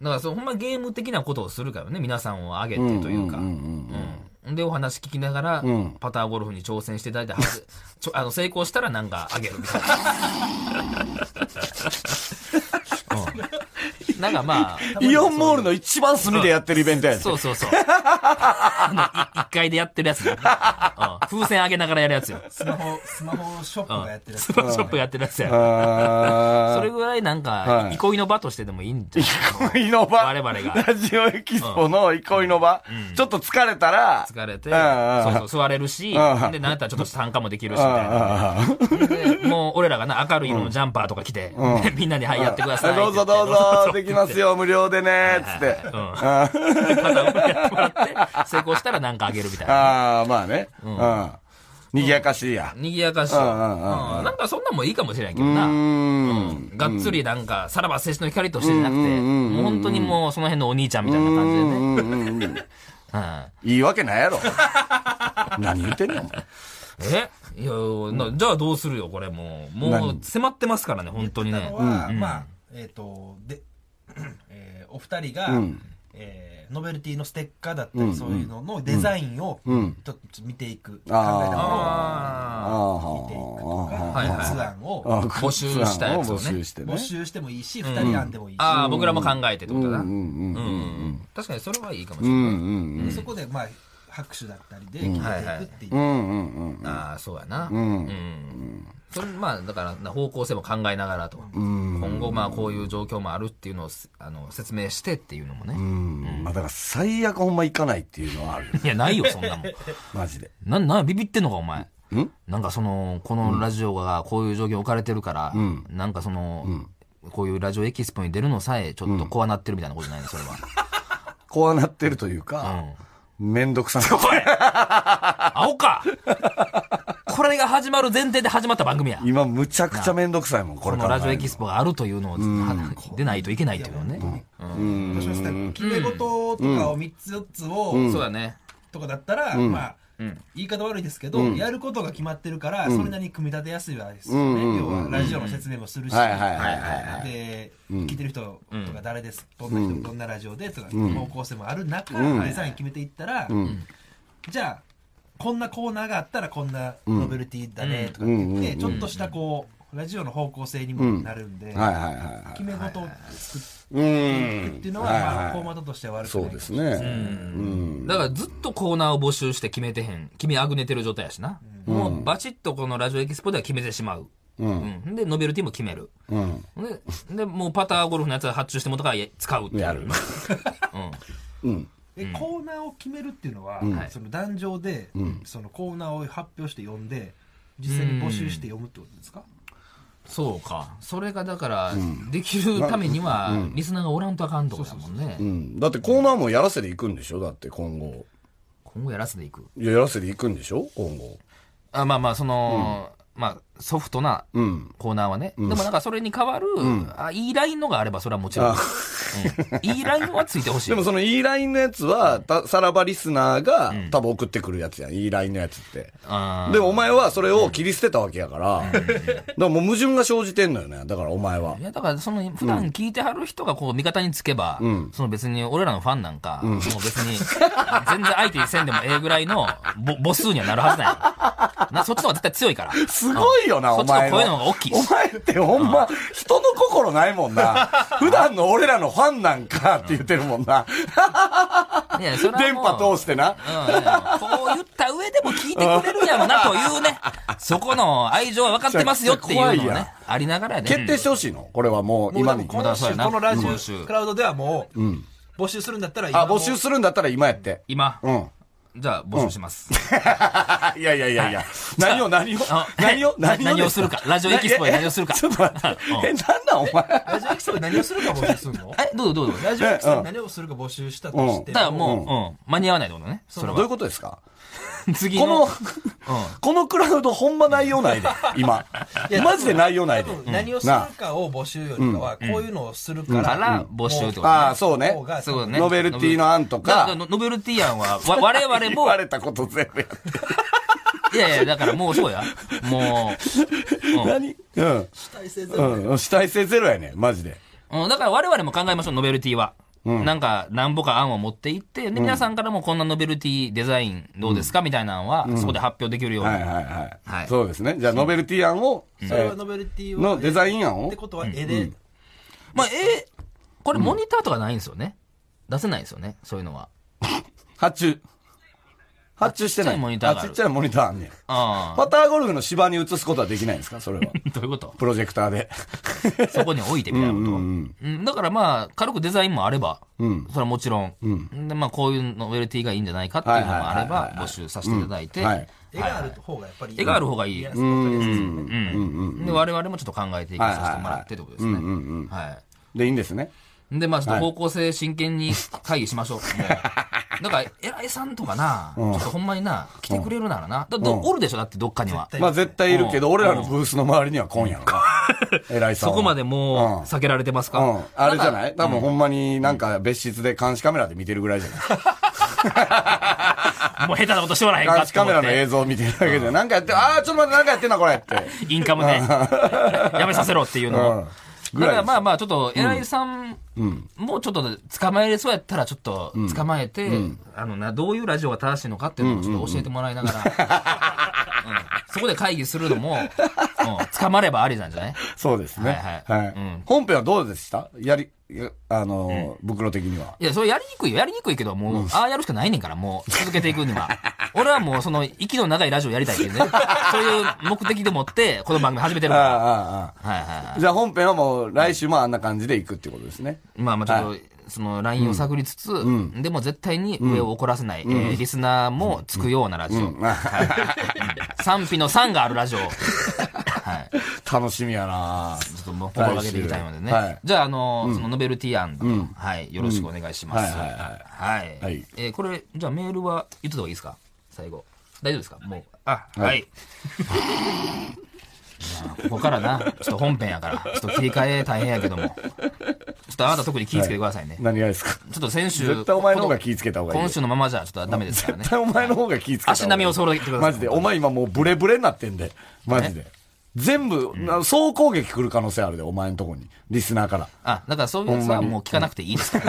Speaker 2: だからそう、ほんまゲーム的なことをするからね、皆さんを挙げてというか。
Speaker 3: うんうん
Speaker 2: うんで、お話聞きながら
Speaker 3: ん、
Speaker 2: パターゴルフに挑戦していただいて、は [laughs] ずちょあの成功したらなんかあげるみたいな。うんなんかまあ、
Speaker 3: イオンモールの一番隅でやってるイベントやで
Speaker 2: そうそうそう。あの、い一回でやってるやつね、うん風船あげながらやるやつよ。
Speaker 4: スマホ、スマホショップがやってるや
Speaker 2: ス
Speaker 4: つ。
Speaker 2: ーパーショップやってるやつや。そ
Speaker 3: あ
Speaker 2: れぐらいなんか
Speaker 3: は、い
Speaker 2: 憩いの場としてでもいいんじゃない
Speaker 3: ー憩いの場。
Speaker 2: 我々が
Speaker 3: ラジオエキスポの憩いの場。ちょっと疲れたら。
Speaker 2: 疲れて、
Speaker 3: あー
Speaker 2: そうそう、座れるし、で、
Speaker 3: あ
Speaker 2: な
Speaker 3: あ
Speaker 2: んやったらちょっと参加もできるし、みた
Speaker 3: あー
Speaker 2: いな。でもう、俺らがな、明るい色のジャンパーとか着て、でみんなに、はい、やってください。
Speaker 3: どうぞ
Speaker 2: って言
Speaker 3: ど
Speaker 2: っ
Speaker 3: う
Speaker 2: て [laughs]
Speaker 3: ぞ、できます。よ、無料でね、つっ
Speaker 2: はい
Speaker 3: て。
Speaker 2: はいうん。で片方やってもらって、成功したらなんかあげるみたいな。
Speaker 3: ああ、まあね。うん。賑やかしいや。
Speaker 2: 賑やかしい。う
Speaker 3: うんんうんうん
Speaker 2: なんかそんなんもいいかもしれんけど
Speaker 3: うー
Speaker 2: な。
Speaker 3: ん。
Speaker 2: がっつりなんか、さらば青春の光としてじゃなくて、
Speaker 3: うんうんうん
Speaker 2: もう本当にもうその辺のお兄ちゃんみたいな感じでね。
Speaker 3: うんうんうん
Speaker 2: うん
Speaker 3: いいわけないやろ。何言ってんのお前。
Speaker 2: えいやなじゃあどうするよ、これもう。もう
Speaker 3: 何
Speaker 2: 迫ってますからね、本当に
Speaker 4: あ
Speaker 2: ね
Speaker 4: の。は、まあ、えっ、と、で、 [clears throat] えーお二人が、えーノベルティのステッカーだったり、そういうののデザインを、ちょっと見ていく、考えた見ていくとか、
Speaker 2: あーはいは
Speaker 3: あ
Speaker 2: い
Speaker 4: 発案を
Speaker 3: あ
Speaker 2: 募集したやつをね
Speaker 3: 募集してね
Speaker 4: 募。集してもいいし、二人案でもいいし、
Speaker 2: ああ、僕らも考えてってことだな。う
Speaker 3: うんうんうん
Speaker 2: ん。確かにそれはいいかもし
Speaker 3: う
Speaker 2: れない。
Speaker 3: んうん
Speaker 4: そこで、まあ、拍手だったりで決めていくっていう
Speaker 3: う。んうんうん
Speaker 2: ああ、そうやな。うん。それ、まあ、だからな、方向性も考えながらと。今後、まあ、こういう状況もあるっていうのをす、あの、説明してっていうのも
Speaker 3: う
Speaker 2: ね。
Speaker 3: ん。まあだから最悪ほんま行かないっていうのはあるよ。
Speaker 2: いや、ないよ、そんなも [laughs] ん。
Speaker 3: マジで。
Speaker 2: なん、なん、ビビってんのか、お前。なんかその、このラジオがこういう状況に置かれてるから、なんかその、こういうラジオエキスポに出るのさえ、ちょっと怖なってるみたいなことじゃないの、それは。 [laughs]
Speaker 3: こうなってるというか、
Speaker 2: うん。
Speaker 3: めんどくさい。
Speaker 2: これ青かこれが始まる前提で始まった番組や。
Speaker 3: 今むちゃくちゃめんどくさいもん、こ
Speaker 2: こ
Speaker 3: れ
Speaker 2: の
Speaker 3: から。
Speaker 2: ラジオエキスポがあるというのを出ないといけないというのね。
Speaker 4: どうしますか決め事とかを3つ4つを、
Speaker 2: そうだね。
Speaker 4: とかだったら、まあ、言い方悪いですけど、やることが決まってるから、それなりに組み立てやすいわけですよね、要はラジオの説明もするし、
Speaker 3: はいはいはいは
Speaker 4: で、聞いてる人とか誰です、どんな人、どんなラジオでとか、方向性もある中、デザイン決めていったら、じゃあこんなコーナーがあったらこんなノベルティだねとかって言って、ちょっとしたこうラジオの方向性にもなるんで、
Speaker 3: はいはいはいはい。
Speaker 4: 決め事を作っ
Speaker 3: う
Speaker 4: ていく
Speaker 3: ん
Speaker 4: っていうのは、まあ、フォーマットとしては悪く
Speaker 3: そ
Speaker 4: な
Speaker 3: う
Speaker 4: い
Speaker 3: ですね。
Speaker 2: だからずっとコーナーを募集して決めてへん。決めあぐねてる状態やしな。もうバチッとこのラジオエキスポでは決めてしまう。うんで、ノベルティも決める。
Speaker 3: うん。
Speaker 2: で、でもうパターゴルフのやつは発注してもとからや使うっていう
Speaker 3: やる。
Speaker 2: うん。
Speaker 4: いえコーナーを決めるっていうのは、
Speaker 2: はい
Speaker 4: その壇上で、そのコーナーを発表して読んで実際に募集して読むってことですか、
Speaker 2: そうかそれがだから、できるためには、リスナーがおらんとあかんとかだもんね、
Speaker 3: うん。だってコーナーもやらせていくんでしょだって今後。
Speaker 2: 今後やらせていく
Speaker 3: いや、やらせていくんでしょ今後。
Speaker 2: あまあまあその、まあソフトな
Speaker 3: うん。
Speaker 2: コーナーはね、でもなんかそれに代わる、あいいラインのがあればそれはもちろん、うんいいラインはついてほしい
Speaker 3: でもその E ラインのやつは、たさらばリスナーが多分送ってくるやつやん。E ラインのやつって。
Speaker 2: あー。
Speaker 3: で、お前はそれを切り捨てたわけやから、だからもう矛盾が生じてんのよね。だからお前はい
Speaker 2: やだからその普段聞いてはる人がこう味方につけば、その別に俺らのファンなんか、もう別に全然相手にせんでもええぐらいのぼ母数にはなるはずなん
Speaker 3: [laughs]
Speaker 2: やなそっちの方が絶対強いから
Speaker 3: すごいよな、
Speaker 2: そ
Speaker 3: お
Speaker 2: っちの
Speaker 3: 前
Speaker 2: 声の方が大きい
Speaker 3: お前ってほんま、人の心ないも
Speaker 2: [laughs]
Speaker 3: んな。普段の俺らのファンなんかって言ってるもんな。
Speaker 2: いやそれはもう
Speaker 3: 電波通してな。
Speaker 2: うんこう言った上でも聞いてくれるんやろなという
Speaker 3: [laughs]
Speaker 2: ね、そこの愛情は分かってますよっていうのを
Speaker 3: めっちゃ怖いや
Speaker 2: ね、ありながらやね。
Speaker 3: 決定してほしいのこれはもう
Speaker 4: もう
Speaker 3: 今
Speaker 4: で
Speaker 3: に
Speaker 4: も。
Speaker 2: まだ
Speaker 4: 今
Speaker 2: そう
Speaker 4: 週
Speaker 2: やな
Speaker 4: このラジ
Speaker 2: 今週
Speaker 4: オクラウドではもう、募集するんだったら今
Speaker 3: あ、
Speaker 4: も
Speaker 3: 募集するんだったら今やって。
Speaker 2: 今、
Speaker 3: うん。
Speaker 2: じゃあ募集します。
Speaker 3: あ、いやいやいやいや。何を何を
Speaker 2: あ
Speaker 3: [laughs] 何を
Speaker 2: な
Speaker 3: 何を
Speaker 2: 何をするかラジオエキスポで何をするか [laughs]
Speaker 3: えちょっと待って。え、なんなんお前。
Speaker 4: ラジオエキスポで何をするか募集する
Speaker 2: [laughs]
Speaker 4: の
Speaker 2: え、どうぞどうぞ。
Speaker 4: ラジオエキスポで何をするか募集したとして
Speaker 2: だから
Speaker 4: う
Speaker 2: もう、うん、間に合わないってことね。それ
Speaker 3: どういう
Speaker 2: は。
Speaker 3: ことですか
Speaker 2: 次
Speaker 3: この
Speaker 2: の、、
Speaker 3: このクラウドほんま内容ないで、今。マジで内容ないで。
Speaker 4: 何をするかを募集よりかは、こういうのをするから、
Speaker 2: から募集ってことね。
Speaker 3: ああ、そうね。
Speaker 4: 方が
Speaker 2: そういうことね。
Speaker 3: ノベルティの案と
Speaker 2: だだ
Speaker 3: か、
Speaker 2: ノベルティ案は、わ我々
Speaker 3: 言 [laughs]
Speaker 2: も、
Speaker 3: われたこと全部やって。
Speaker 2: いやいや、だからもうそうや。も
Speaker 3: 何うん。主体性ゼロ。うん、主体性ゼロやねマジで。
Speaker 2: う、うん、だから我々も考えましょう、ノベルティは。なんか、なんぼか案を持っていって、で、皆さんからもこんなノベルティデザインどうですかみたいな案は、そこで発表できるように。
Speaker 3: はいはいはい。
Speaker 2: はい
Speaker 3: そうですね。じゃあ、ノベルティ案を、え
Speaker 4: それは
Speaker 3: ー
Speaker 4: ノベルティ
Speaker 3: のデザイン案
Speaker 4: っ
Speaker 3: を
Speaker 4: て。ことは絵で、
Speaker 2: まあ、えーこれモニターとかないんですよね。出せないんですよね、そういうのは。
Speaker 3: 発注。発注してない。
Speaker 2: ちっちゃいモニターがあ
Speaker 3: あ
Speaker 2: る
Speaker 3: ちっちゃいモニターあんねん。
Speaker 2: ああ。
Speaker 3: パターゴルフの芝に移すことはできないんですか
Speaker 2: [laughs]
Speaker 3: それは。
Speaker 2: どういうこと
Speaker 3: プロジェク
Speaker 2: [laughs]
Speaker 3: ターで。
Speaker 2: そこに置いてみたいなこと。うんだからまあ、軽くデザインもあれば、それはもちろん、でまあ、こういうノベルティがいいんじゃないかっていうのもあれ
Speaker 3: はいはいはい
Speaker 2: ば
Speaker 3: は、い
Speaker 2: 募集させていただいて、
Speaker 3: うんはい
Speaker 4: 絵がある方がやっぱり
Speaker 2: 絵がある方がいい
Speaker 4: やすわかりやすいですよね
Speaker 2: うんで、我々もちょっと考えていかさせてもらってってことですね。は
Speaker 3: で、いいんですね。
Speaker 2: い。で、まあ、ちょっと方向性真剣に会議しま
Speaker 3: [laughs]
Speaker 2: しょう。もう。だから、偉いさんとかな、ちょっとほんまにな、来てくれるならな。だって、おるでしょだってどっかには。
Speaker 4: 対
Speaker 3: まあ絶対いるけど、
Speaker 2: うん
Speaker 3: 俺らのブースの周りには今夜のな。偉いさ
Speaker 2: そ
Speaker 3: んは。
Speaker 2: こまでもう、避けられてますか
Speaker 3: うん。あれじゃ
Speaker 2: んか
Speaker 3: ない多分ほんまになんか別室で監視カメラで見てるぐらいじゃない
Speaker 2: もう下手なことしておらへんか
Speaker 3: 監
Speaker 2: っ
Speaker 3: 視
Speaker 2: て思
Speaker 3: カ
Speaker 2: って。
Speaker 3: メラの映像見てるだけで、なんかやって、ああ、ちょっと待って、なんかやってんな、これって。
Speaker 2: インカムで、
Speaker 3: [laughs]
Speaker 2: やめさせろっていう
Speaker 3: う
Speaker 2: のを
Speaker 3: ん。。ぐ
Speaker 2: だからら
Speaker 3: い。
Speaker 2: まあまあ、ちょっと、偉いさんもちょっと捕まえれそうやったら、ちょっと捕まえて、あのな、どういうラジオが正しいのかっていうのをちょっと教えてもらいながら、うんそこで会議するのも、うん捕まればありなんじゃない
Speaker 3: そうですね。
Speaker 2: はいはいうん
Speaker 3: 本編はどうでしたやり、やあのー、袋的には。
Speaker 2: いや、それやりにくいよ。やりにくいけど、もう、ああやるしかないねんから、もう、続けていくには。俺はもう、その、息の長いラジオやりたいっていうね、そういう目的でもって、この番組始めてるか
Speaker 3: ああ、ああ、
Speaker 2: ら。はいはいはい
Speaker 3: ああ。じゃあ本編はもう来週もあんな感じでいくってことですね。
Speaker 2: まあまあちょっと、そのラインを探りつつ、でも絶対に上を怒らせない、えーリスナーもつくようなラジオ。はい賛否の賛があるラジオ。はい。
Speaker 3: [laughs] 楽しみやな
Speaker 2: ちょっともう心がけていきたいのでね。
Speaker 3: はい
Speaker 2: じゃあ、あのーそのノベルティアンだと、はい、よろしくお願いします。
Speaker 3: うんはい
Speaker 2: はいはい
Speaker 3: はい
Speaker 2: えーこれ、じゃあメールは言ってた方がいいですか最後。大丈夫ですかもう。あ、はい。
Speaker 3: はい
Speaker 2: い [laughs] やここからな、ちょっと本編やから、ちょっと切り替え大変やけども、ちょっとあなた特に気ぃつけてくださいね。
Speaker 3: 何がですか
Speaker 2: ちょっと先週。
Speaker 3: 絶対お前の方が気ぃつけた方がいいよ
Speaker 2: 今週のままじゃちょっとダメですからね
Speaker 3: 絶。対お前の方が気ぃつけた方がいい
Speaker 2: 足並みを揃えてください
Speaker 3: マジで。お前今もうブレブレになってんで。マジで。全部、な総攻撃来る可能性あるで、お前のとこに。リスナーから。
Speaker 2: あ、だからそういうやつはもう聞かなくていいですか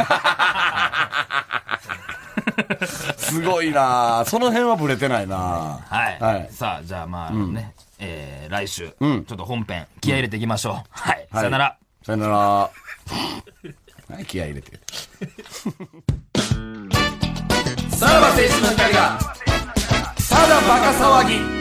Speaker 2: ら。
Speaker 3: すご
Speaker 2: [laughs]
Speaker 3: いなぁその辺はブレてないなぁ
Speaker 2: はい。
Speaker 3: はい。
Speaker 2: さあ、じゃあまあね、えー来週、ちょっと本編、気合い入れていきましょう。はい。
Speaker 3: い
Speaker 2: さよなら。
Speaker 3: さよなら。 [laughs] はい、気合い入れて。さらば青春の光が、ただバカ騒ぎ。